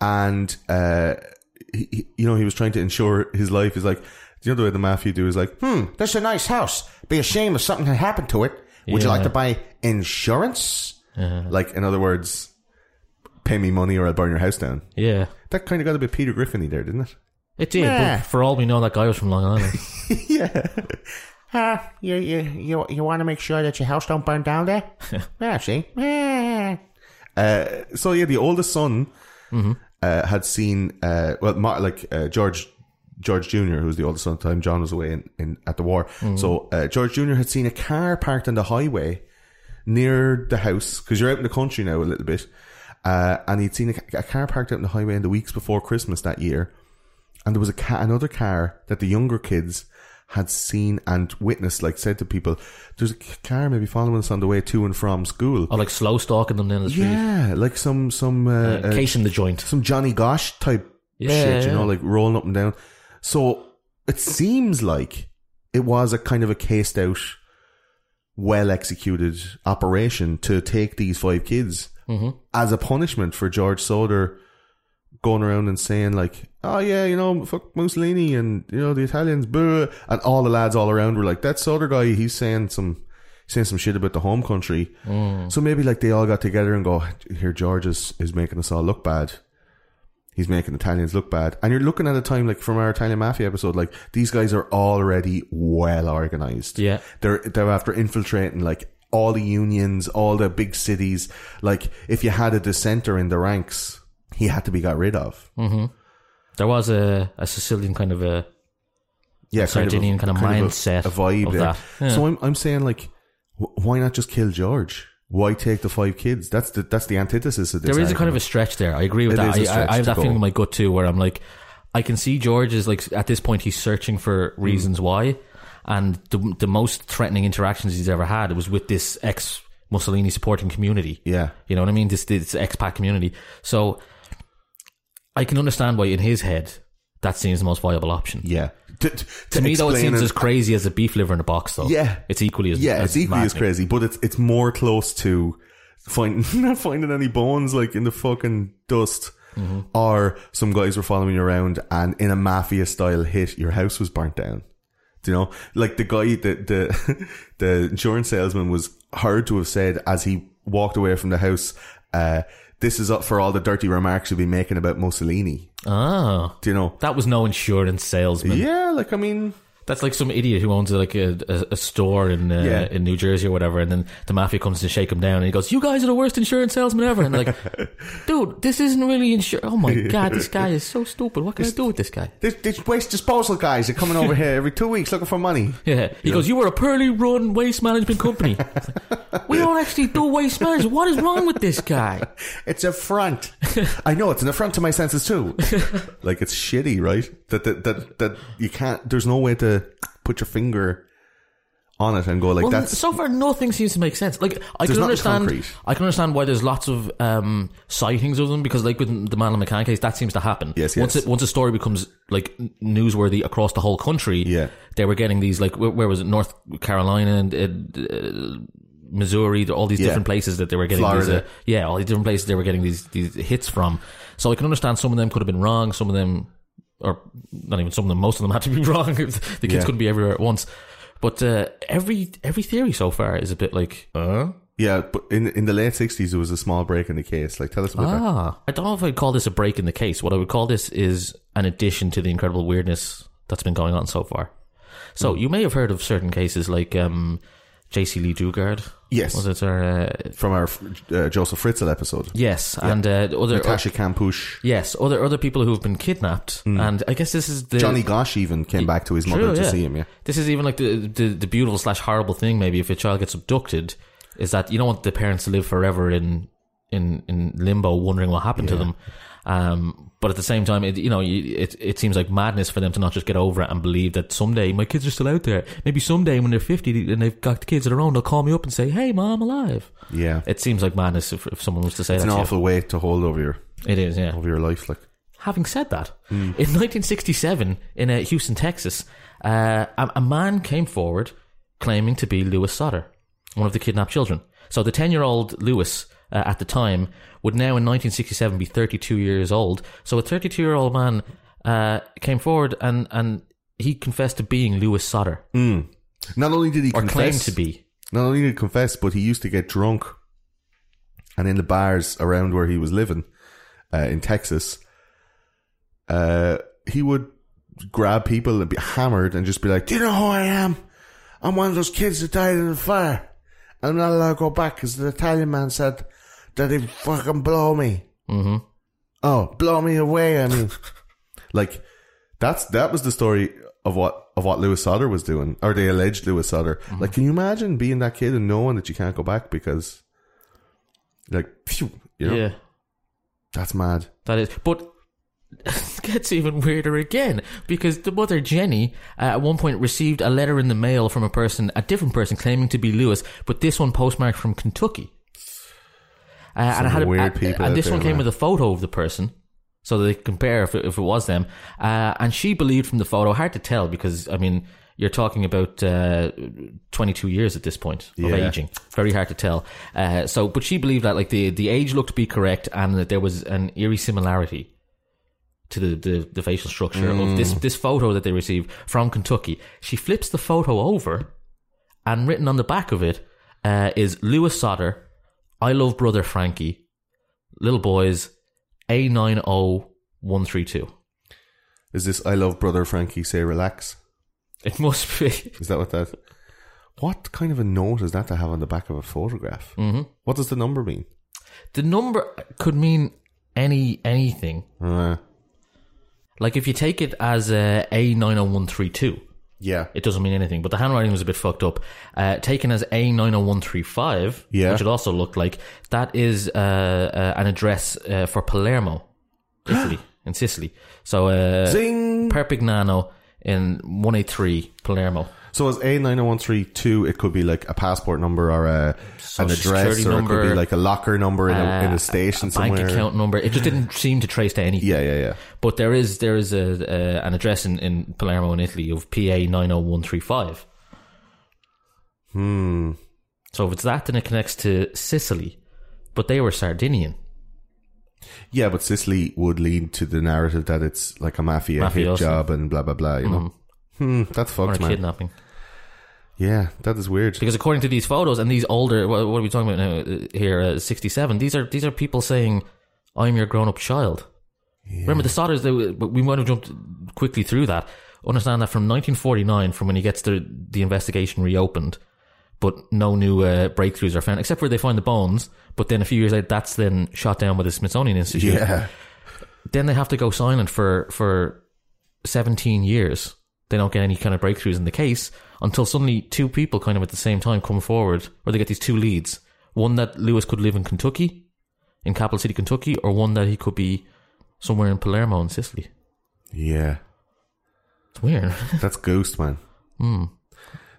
A: And uh, he, he- you know, he was trying to ensure his life. He's like, you know, the way the mafia do is like, hmm, that's a nice house. Be a shame if something had happened to it. Would you like to buy insurance? Like, in other words, pay me money or I'll burn your house down.
B: Yeah.
A: That kind of got a bit Peter Griffin there, didn't it?
B: It did.
C: Nah.
B: But for all we know, that guy was from Long Island.
A: yeah.
C: Ah, you you you you want to make sure that your house don't burn down there? yeah, see. Ah.
A: so yeah, the oldest son uh, had seen uh, well, Ma- like uh, George George Junior, who was the oldest son at the time. John was away in, in at the war, so uh, George Junior had seen a car parked on the highway near the house because you're out in the country now a little bit, uh, and he'd seen a, ca- a car parked out on the highway in the weeks before Christmas that year, and there was a ca- another car that the younger kids. Had seen and witnessed, like said to people, there's a c- car maybe following us on the way to and from school.
B: or like slow stalking them down the street.
A: Yeah, like some some uh,
B: Uh,
A: uh,
B: casing the joint.
A: some Johnny Gosh type
B: Yeah,
A: shit, you
B: yeah.
A: know, like rolling up and down. So it seems like it was a kind of a cased out, well executed operation to take these five kids as a punishment for George Soder going around and saying like, "Oh yeah, you know, fuck Mussolini and you know the Italians, boo," and all the lads all around were like, "That Soder guy, he's saying some." Saying some shit about the home country, so maybe like they all got together and go, "Here, George is, is making us all look bad he's making Italians look bad. And you're looking at a time like from our Italian Mafia episode, like these guys are already well organized.
B: Yeah.
A: They're they're after infiltrating like all the unions, all the big cities. Like if you had a dissenter in the ranks, he had to be got rid of.
B: Hmm. There was a, a Sicilian kind of a
A: Yeah,
B: Sardinian kind of
A: a-
B: mindset
A: a, vibe
B: of
A: there.
B: that. Yeah.
A: So I'm I'm saying like, wh- why not just kill George? Why take the five kids? That's the that's the antithesis of this.
B: There is a kind
A: argument.
B: of a stretch there. I agree with
A: It
B: that.
A: is a
B: I, I, I
A: stretch
B: have
A: to
B: that feeling
A: go.
B: in my gut too, where I'm like, I can see George is like at this point he's searching for
A: Hmm.
B: reasons why, and the the most threatening interactions he's ever had was with this ex Mussolini supporting community.
A: yeah.
B: You know what I mean? This this expat community. So I can understand why in his head that seems the most viable option.
A: Yeah. To, to,
B: To me, though, it seems
A: as.
B: as crazy as a beef liver in a box, though.
A: Yeah.
B: it's equally as
A: Yeah, it's equally as
B: maddening.
A: crazy, but it's it's more close to finding not finding any bones like in the fucking dust, or some guys were following you around and in a mafia style hit, your house was burnt down. Do you know, like the guy, the the the insurance salesman was hard to have said as he walked away from the house. Uh, this is up for all the dirty remarks you'll be making about Mussolini.
B: Oh,
A: Do you know?
B: that was no insurance salesman.
A: Yeah, like I mean,
B: That's like some idiot who owns like a, a, a store in uh,
A: Yeah.
B: in New Jersey or whatever, and then the mafia comes to shake him down, and he goes, "You guys are the worst insurance salesman ever." And they're like, dude, this isn't really insurance. Oh my god, this guy is so stupid. What can I do with this guy?
A: this, this waste disposal guys are coming over here every two weeks looking for money.
B: Yeah, he goes, "You were a poorly run waste management company. It's like, we don't actually do waste management. What is wrong with this guy?"
A: It's a front. I know it's an affront to my senses too. like it's shitty, right? That, that that that you can't. There's no way to put your finger on it and go like
B: Well,
A: that's
B: so far nothing seems to make sense. Like I
A: There's
B: can
A: nothing
B: understand,
A: concrete.
B: I can understand why there's lots of um, sightings of them because, like with the Madeline McCann case, that seems to happen.
A: Yes,
B: Once
A: yes.
B: It, once a story becomes like n- newsworthy across the whole country,
A: Yeah.
B: they were getting these like where, where was it North Carolina and. Uh, uh, Missouri, there- all these
A: Yeah.
B: different places that they were getting these,
A: Florida.
B: uh, yeah, all these different places they were getting these these hits from. So I can understand some of them could have been wrong, some of them, or not even some of them, most of them had to be wrong. the kids
A: Yeah.
B: couldn't be everywhere at once. But uh, every every theory so far is a bit like
A: yeah. But in in the late sixties, there was a small break in the case. Like tell us about that.
B: ah, I don't know if I'd call this a break in the case. What I would call this is an addition to the incredible
A: Hmm.
B: weirdness that's been going on so far. So you may have heard of certain cases like um, J.C. Lee Dugard.
A: Yes.
B: Was it or uh,
A: from our uh, Joseph Fritzl episode.
B: yes, and uh, the other
A: Natasha Kampusch,
B: yes, other other people who have been kidnapped, and I guess this is the
A: Mm. Johnny Gosh even came back to his mother
B: True,
A: to
B: yeah.
A: see him. Yeah,
B: This is even like the the, the beautiful slash horrible thing. Maybe if a child gets abducted, is that you don't want the parents to live forever in in in limbo, wondering what happened to them. Um, but at the same time, it you know you- it it seems like madness for them to not just get over it and believe that someday my kids are still out there. Maybe someday when they're fifty and they've got kids of their own, they'll call me up and say, "Hey, mom, I'm alive."
A: yeah. It's,
B: It seems like madness if, if someone was to say that.
A: an
B: to you.
A: awful weight to hold over your
B: It is, yeah.
A: over your life. Like,
B: Having said that, in 1967, in uh, Houston, Texas, uh, a, a man came forward claiming to be Lewis Sutter, one of the kidnapped children. So the 10 year old Lewis uh, at the time would now, in 1967, be 32 years old. So a 32 year old man uh, came forward and, and he confessed to being Lewis Sutter,
A: not only did he
B: or claimed
A: confess,
B: to be.
A: not only did he confess, but he used to get drunk, and in the bars around where he was living uh, in Texas, uh, he would grab people and be hammered and just be like, "Do you know who I am? I'm one of those kids that died in the fire. I'm not allowed to go back because the Italian man said that he'd fucking blow me.
B: Mhm.
A: Oh, blow me away! I mean, like that's that was the story of what of what Lewis Sutter was doing, or they alleged Lewis Sutter. Like, can you imagine being that kid and knowing that you can't go back because, like, phew, you know,
B: Yeah.
A: that's mad.
B: That is, but it gets even weirder again because the mother Jenny uh, at one point received a letter in the mail from a person, a different person, claiming to be Lewis, but this one postmarked from Kentucky. Uh, and it had a,
A: weird
B: uh,
A: people out
B: and this
A: there,
B: one came
A: man.
B: with a photo of the person, so that they could compare if it, if it was them. Uh, and she believed from the photo, hard to tell because I mean you're talking about uh, 22 years at this point of
A: Yeah.
B: aging, very hard to tell. Uh, so, but she believed that like the the age looked to be correct and that there was an eerie similarity to the, the, the facial structure of this, this photo that they received from Kentucky. She flips the photo over, and written on the back of it uh, is Lewis Sutter, I love brother Frankie, little boys, A90132.
A: Is this I love brother Frankie? Say relax.
B: It must be.
A: Is that what that? What kind of a note is that to have on the back of a photograph? Mm-hmm. What does the number mean?
B: The number could mean any anything.
A: Uh,
B: Like if you take it as a A90132,
A: yeah,
B: it doesn't mean anything. But the handwriting was a bit fucked up. Uh, taken as A90135,
A: Yeah.
B: which it also looked like, that is uh, uh, an address uh, for Palermo, Italy, in Sicily. So uh,
A: Zing.
B: Perpignano in 183 Palermo.
A: So as A nine zero one three two, it could be like a passport number or a an address,
B: security
A: or it could be
B: number,
A: like a locker number in a, in
B: Uh,
A: a station
B: bank
A: somewhere.
B: account number. It just didn't seem to trace to anything.
A: Yeah, yeah, yeah.
B: But there is there is a, uh, an address in, in Palermo in Italy of PA 90135.
A: Hmm.
B: So if it's that, then it connects to Sicily. But they were Sardinian.
A: Yeah, but Sicily would lead to the narrative that it's like a mafia hit
B: Mafioso. Mm-hmm.
A: job and blah blah blah. You know, hmm, that's
B: Or a
A: fucked, man.
B: kidnapping.
A: Yeah, that is weird.
B: Because according to these photos and these older, what, what are we talking about now? uh, Here, uh, sixty-seven. These are these are people saying, "I'm your grown-up child." Remember the Sodders? They, were- but we might have jumped quickly through that. Understand that from 1949, from when he gets the the investigation reopened, but no new uh, breakthroughs are found except for they find the bones. But then a few years later, that's then shot down by the Smithsonian Institute.
A: Yeah,
B: Then they have to go silent for for 17 years. They don't get any kind of breakthroughs in the case until suddenly two people kind of at the same time come forward, or they get these two leads. One that Lewis could live in Kentucky, in capital city Kentucky, or one that he could be somewhere in Palermo in Sicily.
A: yeah.
B: It's weird.
A: That's Ghost, man.
B: Hmm.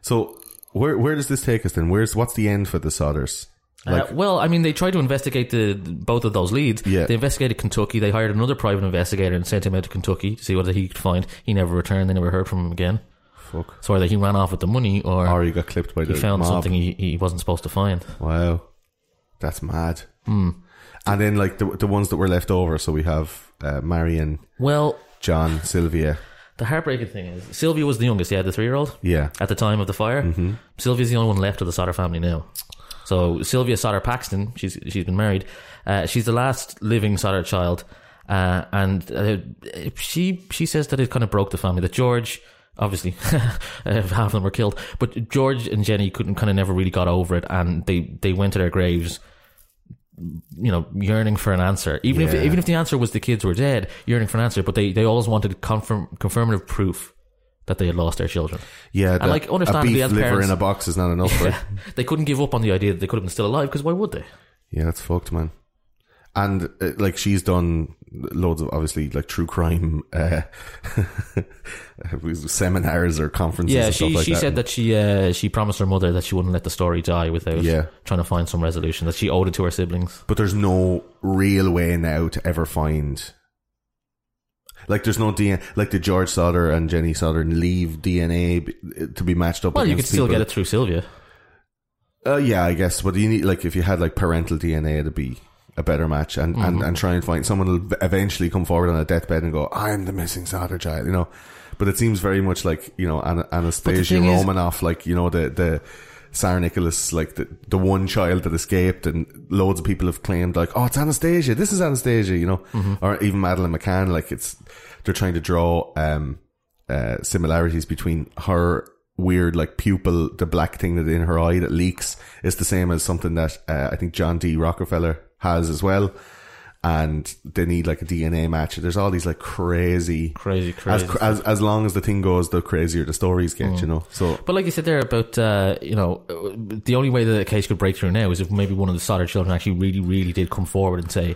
A: So where where does this take us then? Where's what's the end for the Sodders? Like
B: uh, well, I mean, they tried to investigate the both of those leads.
A: Yeah.
B: They investigated Kentucky. They hired another private investigator and sent him out to Kentucky to see what he could find. He never returned. They never heard from him again.
A: fuck,
B: So either he ran off with the money, or
A: or you got clipped by
B: he
A: the
B: found
A: mob.
B: something he, he wasn't supposed to find.
A: Wow, that's mad.
B: Hmm.
A: And then like the the ones that were left over. So we have uh, Marion,
B: Well,
A: John, Sylvia.
B: the heartbreaking thing is Sylvia was the youngest. Yeah, the three-year-old
A: Yeah, Mm-hmm.
B: at the time of the fire. Sylvia's the only one left of the Sutter family now. So Sylvia Sutter Paxton, she's she's been married. Uh, she's the last living Sutter child, uh, and uh, she she says that it kind of broke the family. That George obviously Uh, half of them were killed. But George and Jenny couldn't kind of never really got over it, and they they went to their graves, you know, yearning for an answer. Even
A: Yeah.
B: if even if the answer was the kids were dead, yearning for an answer. But they they always wanted confirm confirmative proof that they had lost their children.
A: Yeah, that
B: like, understandably,
A: a
B: as
A: beef liver
B: parents-
A: in a box is not enough. Right?
B: They couldn't give up on the idea that they could have been still alive because why would they?
A: Yeah, that's fucked, man. And uh, like she's done loads of obviously like true crime uh, seminars or conferences.
B: Yeah,
A: and
B: she
A: stuff like
B: she
A: that.
B: said that she uh, she promised her mother that she wouldn't let the story die without
A: Yeah.
B: trying to find some resolution that she owed it to her siblings.
A: but there's no real way now to ever find. Like there's no DNA, like the George Sauter and Jenny Sauter leave DNA b- to be matched up.
B: Well, you could
A: against
B: still
A: people.
B: get it through Sylvia.
A: Uh, yeah, I guess. But you need like if you had like parental DNA, it'd be a better match, and
B: Mm-hmm.
A: and, and try and find someone will eventually come forward on a deathbed and go, "I'm the missing solder child," you know. But it seems very much like you know An- Anastasia
B: thing is-
A: Romanoff, like you know the the. Sarah Nicholas, like the, the one child that escaped, and loads of people have claimed, like, oh, it's Anastasia. This is Anastasia, you know,
B: Mm-hmm.
A: or even Madeline McCann. Like, it's they're trying to draw um, uh, similarities between her weird like pupil, the black thing that in her eye that leaks is the same as something that uh, I think John D. Rockefeller has as well. And they need like a DNA match. There's all these like crazy,
B: Crazy,
A: as,
B: crazy. Mm.
A: cr- as as long as the thing goes, the crazier the stories get, you know. So
B: But like you said there about uh, you know the only way that the case could break through now is if maybe one of the Sodder children actually really really did come forward and say,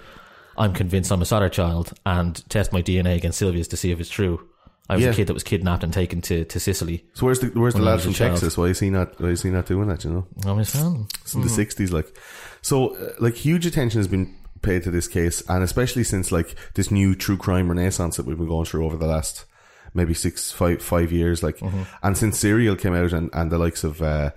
B: "I'm convinced I'm a Sodder child," and test my DNA against Sylvia's to see if it's true. I was
A: Yeah.
B: a kid that was kidnapped and taken to, to Sicily.
A: so where's the where's the
B: When I
A: lad
B: was a
A: from
B: child.
A: Texas? Why is he not? Why is he not doing that? You know.
B: I'm just, hmm.
A: It's in the sixties, like so, uh, like huge attention has been paid to this case, and especially since like this new true crime renaissance that we've been going through over the last maybe six, five, five years, like,
B: Mm-hmm.
A: and since Serial came out and, and the likes of uh,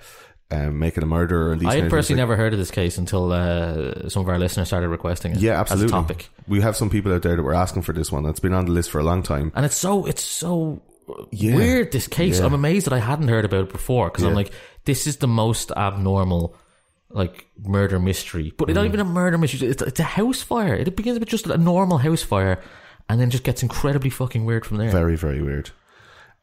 A: um, Making a Murderer and these,
B: I
A: kind
B: had
A: of
B: personally
A: things,
B: never heard of this case until uh, some of our listeners started requesting it.
A: like- yeah, absolutely.
B: As a topic,
A: We have some people out there that were asking for this one. That's been on the list for a long time.
B: and it's so it's so weird. This case, I'm amazed that I hadn't heard about it before because I'm
A: Yeah.
B: like, this is the most abnormal like murder mystery, but
A: Mm.
B: it's not even a murder mystery. It's, it's a house fire. It begins with just a normal house fire, and then just gets incredibly fucking weird from there.
A: very very weird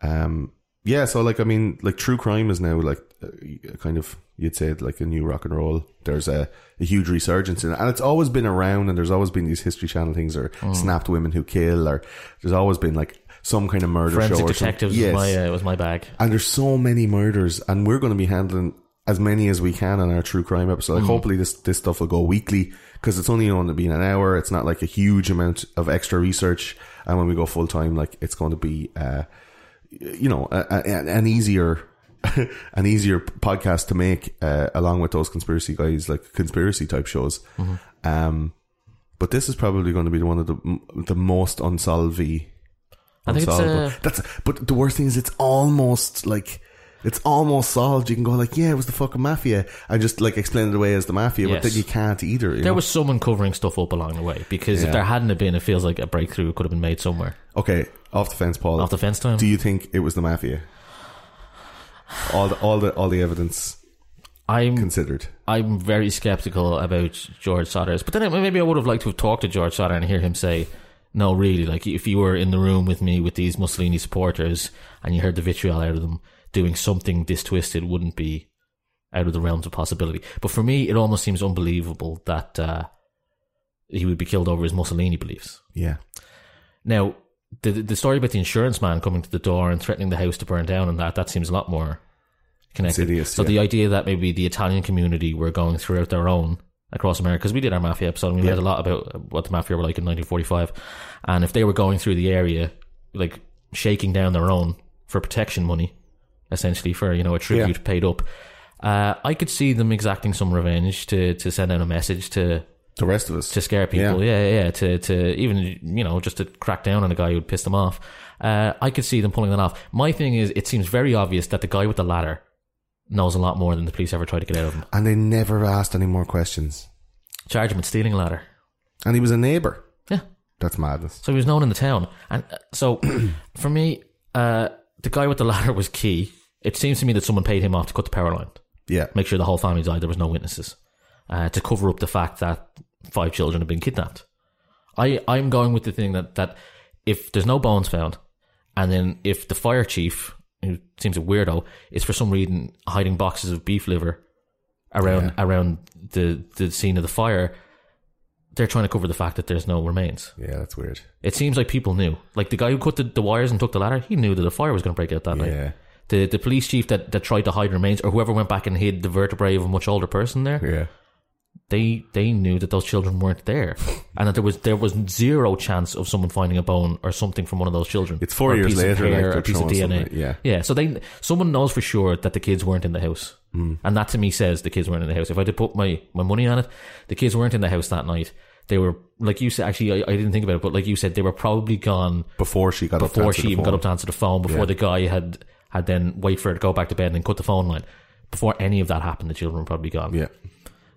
A: um yeah so like i mean like true crime is now like uh, kind of you'd say like a new rock and roll there's a, a huge resurgence in it and it's always been around and there's always been these history channel things or snapped women who kill or there's always been like some kind of murder show
B: Forensic
A: or
B: detectives
A: something.
B: was my uh, was my bag.
A: and there's so many murders and we're going to be handling as many as we can on our true crime episode like hopefully this this stuff will go weekly because it's only going to be an hour it's not like a huge amount of extra research and when we go full time like it's going to be uh you know a, a, an easier an easier podcast to make uh, along with those conspiracy guys like conspiracy type shows um but this is probably going to be the one of the the most unsolved
B: I think it's
A: unsolvable.
B: uh,
A: That's but the worst thing is it's almost like it's almost solved. You can go like, yeah, it was the fucking mafia. I just like explain it away as the mafia, but
B: Yes.
A: then you can't either. you
B: there
A: know?
B: was someone covering stuff up along the way because
A: Yeah.
B: if there hadn't have been, it feels like a breakthrough could have been made somewhere.
A: okay, off the fence, Paul.
B: Off the fence time.
A: Do you think it was the mafia? All the all the all the evidence
B: I'm
A: considered.
B: I'm very skeptical about George Sutter's. But then I- maybe I would have liked to have talked to George Sutter and hear him say, "No, really, like if you were in the room with me with these Mussolini supporters and you heard the vitriol out of them, doing something this twisted wouldn't be out of the realms of possibility." But for me, it almost seems unbelievable that uh, he would be killed over his Mussolini beliefs.
A: Yeah,
B: Now, the the story about the insurance man coming to the door and threatening the house to burn down and that that seems a lot more connected.
A: Insidious,
B: so
A: yeah.
B: the idea that maybe the Italian community were going throughout their own across America because we did our mafia episode and we learned a lot about what the mafia were like in 1945, and if they were going through the area like shaking down their own for protection money, essentially for you know a tribute paid up. Uh, I could see them exacting some revenge to, to send out a message to
A: the rest of us.
B: to scare people. Yeah, yeah. to to even you know just to crack down on a guy who would piss them off. Uh, I could see them pulling that off. My thing is, it seems very obvious that the guy with the ladder knows a lot more than the police ever tried to get out of him.
A: and they never asked any more questions.
B: Charge him with stealing a ladder.
A: And he was a neighbor.
B: Yeah.
A: That's madness.
B: So he was known in the town, and uh, so for me, uh, the guy with the ladder was key. It seems to me that someone paid him off to cut the power line,
A: Yeah,
B: make sure the whole family died. There was no witnesses uh, to cover up the fact that five children have been kidnapped. I, I'm going with the thing that, that if there's no bones found, and then if the fire chief who seems a weirdo, is for some reason hiding boxes of beef liver around around the the scene of the fire. They're trying to cover the fact that there's no remains.
A: Yeah, that's weird.
B: It seems like people knew. Like the guy who cut the, the wires and took the ladder, he knew that the fire was going to break out that night.
A: Yeah.
B: The the police chief that, that tried to hide remains, or whoever went back and hid the vertebrae of a much older person there,
A: Yeah.
B: they they knew that those children weren't there, and that there was there was zero chance of someone finding a bone or something from one of those children.
A: It's four
B: Or a
A: years
B: piece of
A: later,
B: hair,
A: like,
B: or a
A: they're
B: piece of
A: showing
B: DNA.
A: something, yeah.
B: yeah. So they someone knows for sure that the kids weren't in the house,
A: Mm.
B: and that to me says the kids weren't in the house. If I had to put my my money on it, the kids weren't in the house that night. They were like you said. Actually, I, I didn't think about it, but like you said, they were probably gone
A: Before she got up to
B: before
A: answer
B: she
A: the
B: even got
A: phone.
B: up to answer the phone, before
A: Yeah.
B: the guy had had then wait for her to go back to bed and then cut the phone line. Before any of that happened, the children were probably gone.
A: Yeah.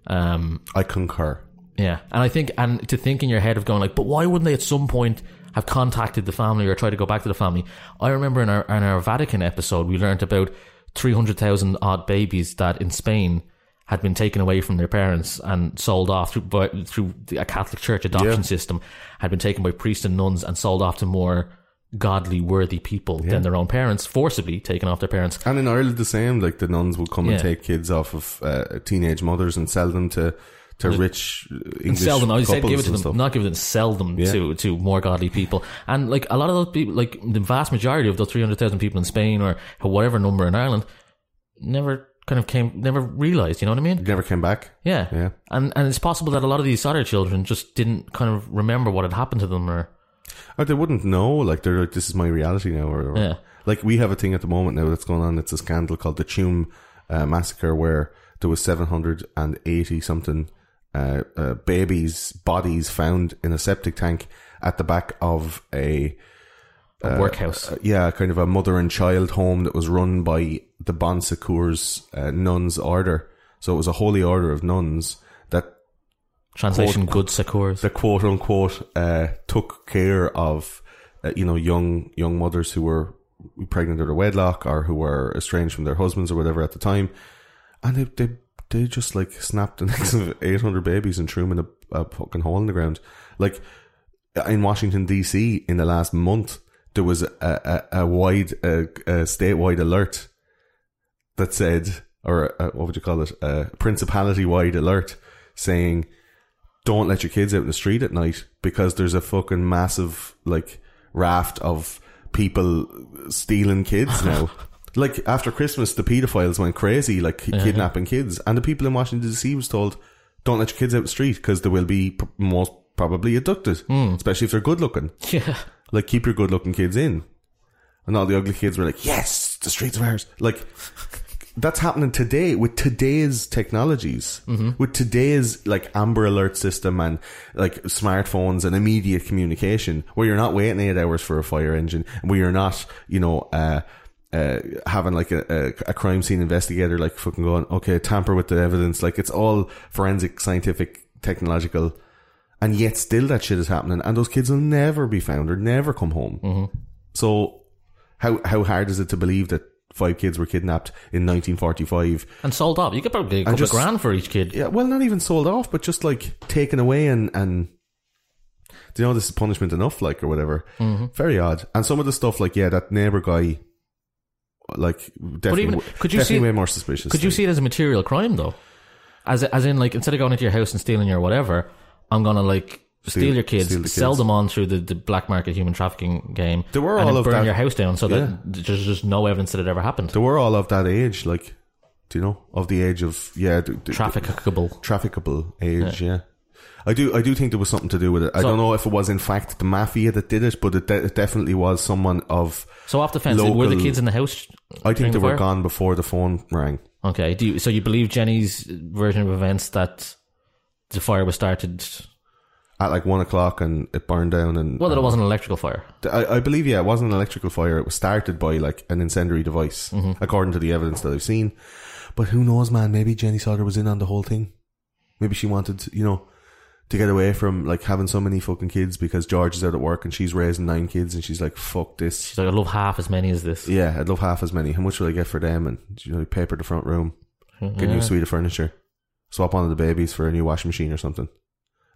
B: Um,
A: I concur.
B: yeah, and I think, and to think in your head of going like, but why wouldn't they at some point have contacted the family or tried to go back to the family? I remember in our in our Vatican episode, we learned about three hundred thousand odd babies that in Spain had been taken away from their parents and sold off through by, through the- a Catholic Church adoption system, had been taken by priests and nuns and sold off to more godly, worthy people than their own parents, forcibly taken off their parents.
A: And in Ireland, the same. Like the nuns would come
B: Yeah.
A: and take kids off of uh, teenage mothers and sell them to to rich English
B: sell them. I
A: couples
B: said give it to
A: and
B: them,
A: stuff.
B: not give it to them. Sell them
A: Yeah.
B: to to more godly people. And like a lot of those people, like the vast majority of those three hundred thousand people in Spain or whatever number in Ireland, never kind of came, never realized. You know what I mean?
A: Never came back.
B: Yeah.
A: Yeah.
B: And and it's possible that a lot of these other children just didn't kind of remember what had happened to them or
A: Or they wouldn't know. Like they're like, this is my reality now. Or, or-
B: Yeah.
A: like we have a thing at the moment now that's going on. It's a scandal called the Tume uh, massacre, where there was seven hundred and eighty something uh, uh, babies' bodies found in a septic tank at the back of a Uh,
B: a workhouse.
A: yeah, kind of a mother and child home that was run by the Bon Secours uh, nuns order. So it was a holy order of nuns that
B: Translation: Good Secours.
A: the quote unquote uh, took care of uh, you know young young mothers who were pregnant out of wedlock or who were estranged from their husbands or whatever at the time, and they they, they just like snapped the necks of eight hundred babies and threw them in a, a fucking hole in the ground. Like in Washington D.C. in the last month, there was a a, a wide a, a statewide alert that said, or uh what would you call it, a principality wide alert saying, don't let your kids out in the street at night because there's a fucking massive like raft of people stealing kids now. like after Christmas, the pedophiles went crazy, like ki- kidnapping kids, and the people in Washington D.C. was told, don't let your kids out the street because they will be pr- most probably abducted, especially if they're good looking.
B: yeah.
A: Like keep your good looking kids in. And all the ugly kids were like, Yes, the streets are ours. Like that's happening today with today's technologies, with today's like Amber Alert system and like smartphones and immediate communication, where you're not waiting eight hours for a fire engine, where you're not, you know, uh, uh, having like a, a, a crime scene investigator like fucking going, okay, tamper with the evidence. Like it's all forensic, scientific, technological, and yet still that shit is happening, and those kids will never be found or never come home. So how how hard is it to believe that five kids were kidnapped in 1945?
B: And sold off. You could probably get a couple
A: just-
B: of grand for each kid.
A: Yeah, well, not even sold off, but just like taken away and and do you know this is punishment enough, like or whatever.
B: Mm-hmm.
A: Very odd. And some of the stuff, like yeah, that neighbor guy, like definitely,
B: even-
A: could
B: could
A: you
B: you
A: definitely
B: see-
A: way more suspicious.
B: Could you
A: than-
B: see it as a material crime though? As as in like instead of going into your house and stealing your whatever, I'm gonna like steal,
A: Steal-
B: your kids,
A: steal the
B: sell
A: kids.
B: them on through the, the black market human trafficking game.
A: There were
B: and
A: all
B: then
A: of
B: burn
A: that-
B: your house down so
A: Yeah.
B: that there's just no evidence that it ever happened.
A: they were all of that age, like do you know of the age of yeah the, the-
B: Trafficable.
A: trafficable age, yeah. I do, I do think there was something to do with it. I
B: So-
A: don't know if it was in fact the mafia that did it, but it, de- it definitely was someone of.
B: So off the fence, were the
A: Local-
B: kids in the house?
A: I think
B: during
A: they
B: the
A: were
B: fire?
A: gone before the phone rang.
B: Okay. Do you, so you believe Jenny's version of events that the fire was started?
A: at like one o'clock and it burned down and
B: Well, that it wasn't an electrical fire.
A: I, I believe yeah it wasn't an electrical fire it was started by like an incendiary device
B: Mm-hmm.
A: according to the evidence that I've seen but who knows man maybe Jenny Sauter was in on the whole thing maybe she wanted you know to get away from like having so many fucking kids because George is out at work and she's raising nine kids and she's like fuck this
B: She's like, I love half as many as this.
A: yeah I'd love half as many how much will I get for them and you know paper the front room get a
B: Mm-hmm.
A: new suite of furniture swap one of the babies for a new washing machine or something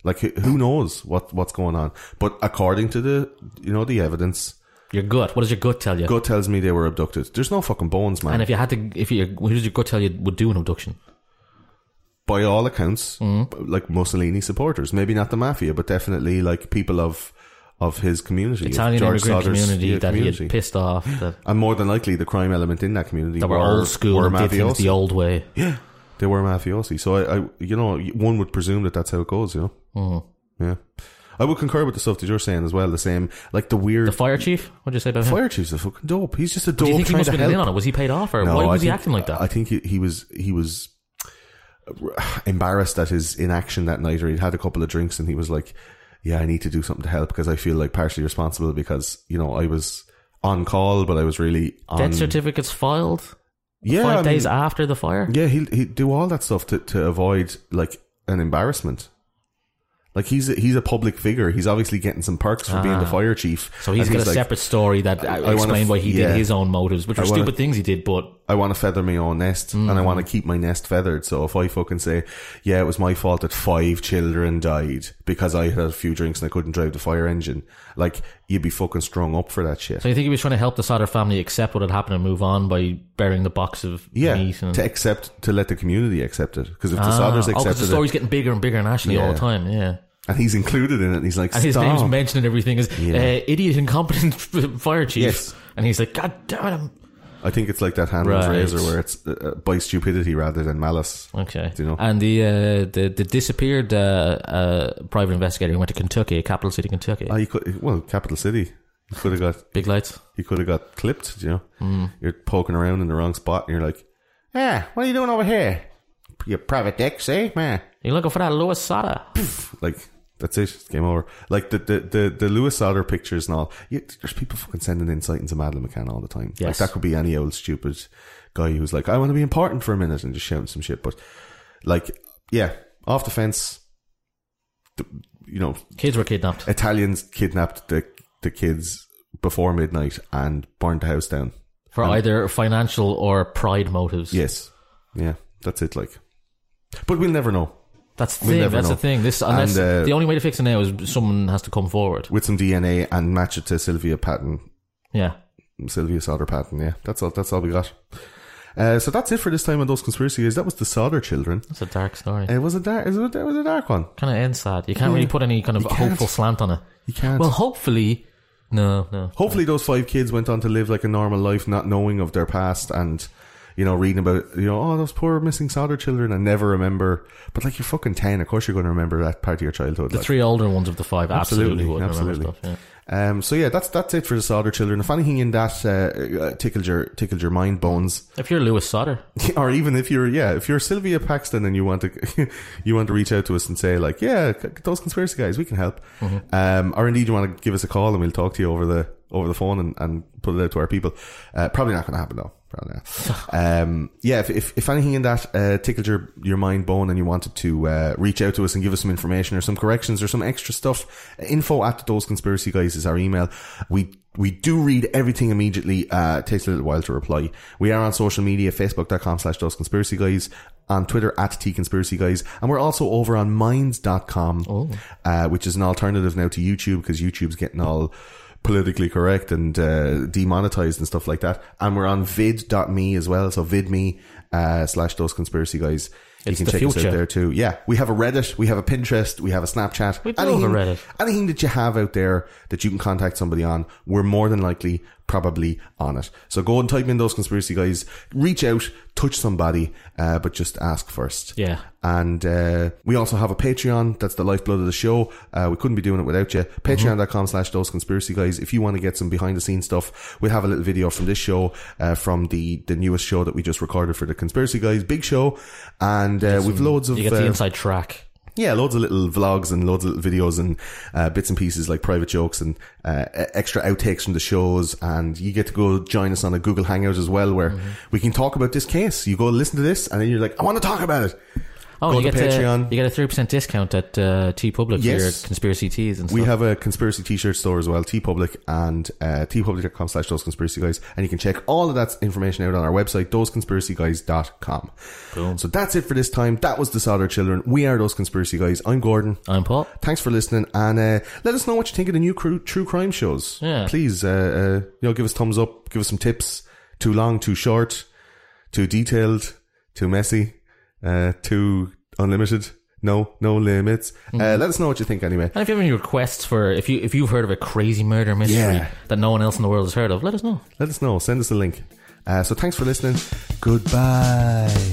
A: like who, who knows what what's going on but according to the you know the evidence
B: Your gut. What does your gut tell you?
A: Gut tells me they were abducted. There's no fucking bones, man.
B: And if you had to, if you, who does your gut tell you would do an abduction?
A: by all accounts, b-
B: Mm-hmm.
A: like Mussolini supporters. Maybe not the mafia, but definitely like people of of his community, of
B: Italian
A: George
B: immigrant
A: Sauter's,
B: community
A: yeah,
B: that he
A: community.
B: had pissed off, that,
A: and more than likely, the crime element in that community
B: that were, old school
A: were
B: and did things
A: mafiosi.
B: the old way.
A: they were mafiosi. So I, I, you know, one would presume that that's how it goes. You know,
B: Mm-hmm.
A: yeah. I would concur with the stuff that you're saying as well. The same, like the weird
B: The fire chief? What'd you say about him?
A: fire chief's a fucking dope. He's just a dope
B: Do you think he
A: trying
B: must
A: to
B: have
A: help.
B: been in on it? Was he paid off, or
A: No,
B: why
A: I
B: was he
A: think-
B: acting like that?
A: I think he, he was he was embarrassed at his inaction that night, or he'd had a couple of drinks, and he was like, "Yeah, I need to do something to help because I feel like partially responsible because you know I was on call, but I was really on
B: Death certificates filed
A: um, yeah,
B: five
A: I mean,
B: days after the fire.
A: yeah, he'll, he'll do all that stuff to, to avoid like an embarrassment. Like he's a, he's a public figure. He's obviously getting some perks for being the fire chief.
B: Ah. So he's
A: And
B: got a
A: like,
B: separate story that
A: I- I
B: uh
A: wanna
B: explained
A: f-
B: why he
A: yeah.
B: did his own motives, which were
A: wanna-
B: stupid things he did, but
A: I want to feather my own nest and I want
B: Mm-hmm.
A: to keep my nest feathered. So if I fucking say, yeah, it was my fault that five children died because I had a few drinks and I couldn't drive the fire engine, like you'd be fucking strung up for that shit.
B: So you think he was trying to help the Sauter family accept what had happened and move on by burying the box of
A: yeah,
B: meat? And,
A: to accept, to let the community accept it. Because if the
B: Ah,
A: Sodders
B: oh, 'cause
A: accepted
B: the
A: it
B: story's getting bigger and bigger and Ashley all
A: Yeah.
B: the time. Yeah,
A: and he's included in it and he's like,
B: and his
A: stop.
B: name's mentioned and everything is uh, idiot, incompetent fire chief.
A: Yes.
B: And he's like, God damn it! I'm-"
A: I think it's like that Hanlon's
B: Right.
A: razor where it's uh, uh, by stupidity rather than malice.
B: Okay.
A: Do you know?
B: And the uh, the the disappeared uh, uh, private investigator who went to Kentucky, capital city, Kentucky.
A: Ah, you could, well, capital city. You could have got,
B: Big lights.
A: you could have got clipped. You know,
B: Hmm.
A: you're poking around in the wrong spot, and you're like,
C: Yeah, what are you doing over here?
A: you
C: Private dicks, eh? Man.
B: You're looking for that Louis Sada.
A: like that's it. It's game over. Like the the the, the Lewis Sauter pictures and all. You, there's people fucking sending insight into Madeline McCann all the time.
B: Yes.
A: Like that could be any old stupid guy who's like, I want to be important for a minute and just shouting some shit. But like, yeah, off the fence. The, you know,
B: Kids were kidnapped.
A: Italians kidnapped the the kids before midnight and burned the house down.
B: For either financial or pride motives.
A: Yes, yeah, that's it. Like, but we'll never know.
B: That's the
A: We'll
B: thing.
A: never
B: That's
A: know.
B: the thing. This unless
A: And, uh,
B: the only way to fix it now is someone has to come forward.
A: With some DNA and match it to Sylvia Patton
B: Yeah.
A: Sylvia Sauter Patton. Yeah, that's all. That's all we got. Uh, so that's it for this time on those conspiracy theories. That was the Sauter children.
B: It's a dark story.
A: It was a dark. It was a, it was a dark one.
B: kind of ends sad. You can't really put any kind of
A: can't.
B: hopeful slant on it.
A: You can't.
B: Well, hopefully, no, no.
A: hopefully those five kids went on to live like a normal life, not knowing of their past and. You know, reading about you know, oh, those poor missing solder children, and never remember. But like, you're fucking ten. Of course, you're going to remember that part of your childhood.
B: The
A: like.
B: three older ones of the five absolutely,
A: Absolutely,
B: would
A: absolutely.
B: remember stuff.
A: Um, so yeah, that's that's it for the solder children. If anything in that uh, uh, tickled your tickled your mind bones,
B: Yeah. If you're Lewis Sauter,
A: or even if you're yeah if you're Sylvia Paxton and you want to you want to reach out to us and say like yeah c- those conspiracy guys we can help um, or indeed you want to give us a call and we'll talk to you over the over the phone and, and put it out to our people uh, probably not going to happen though probably not. um, yeah if, if, if anything in that uh, tickled your, your mind bone and you wanted to uh, reach out to us and give us some information or some corrections or some extra stuff info at those conspiracy guys is our email we we do read everything immediately. Uh, it takes a little while to reply. We are on social media, facebook.com slash those conspiracy guys, on Twitter at T conspiracy guys, and we're also over on minds.com,
B: Oh.
A: uh, which is an alternative now to YouTube because YouTube's getting all politically correct and uh, demonetized and stuff like that. And we're on vid.me as well, so vidme uh, slash those conspiracy guys.
B: It's
A: you
B: the
A: can check us
B: future.
A: out there too. Yeah, we have a Reddit, we have a Pinterest, we have a Snapchat.
B: We do have a
A: Anything-
B: Reddit.
A: anything that you have out there that you can contact somebody on, we're more than likely probably on it. So go and type in those conspiracy guys, reach out, touch somebody, uh, but just ask first.
B: yeah.
A: And uh, we also have a Patreon. That's the lifeblood of the show. Uh, we couldn't be doing it without you.
B: Mm-hmm.
A: Patreon.com slash those conspiracy guys. If you want to get some behind the scenes stuff, we have a little video from this show, uh, from the, the newest show that we just recorded for the conspiracy guys, big show. And uh, we've loads of
B: You get the
A: uh,
B: inside track.
A: yeah, loads of little vlogs and loads of little videos and uh, bits and pieces like private jokes and uh, e- extra outtakes from the shows. And you get to go join us on a Google Hangout as well, where we can talk about this case. You go listen to this, and then you're like, I want to talk about it.
B: Oh,
A: Go to
B: you get
A: Patreon.
B: A, you get a three percent discount at uh, T Public
A: Yes.
B: for your conspiracy teas and stuff.
A: We have a conspiracy t-shirt store as well, tpublic and uh, tpublic.com slash those conspiracy guys. And you can check all of that information out on our website, thoseconspiracyguys.com. Boom. So that's it for this time. That was The Solder Children. We are Those Conspiracy Guys. I'm Gordon.
B: I'm Paul.
A: Thanks for listening and uh, let us know what you think of the new cru- true crime shows.
B: Yeah.
A: Please, uh, uh, you know, give us thumbs up, give us some tips. Too long, too short, too detailed, too messy, uh, too unlimited. No, no limits. Uh, let us know what you think anyway.
B: And if you have any requests for if you if you've heard of a crazy murder mystery
A: Yeah.
B: that no one else in the world has heard of, let us know.
A: Let us know. Send us a link. Uh, so thanks for listening. Goodbye.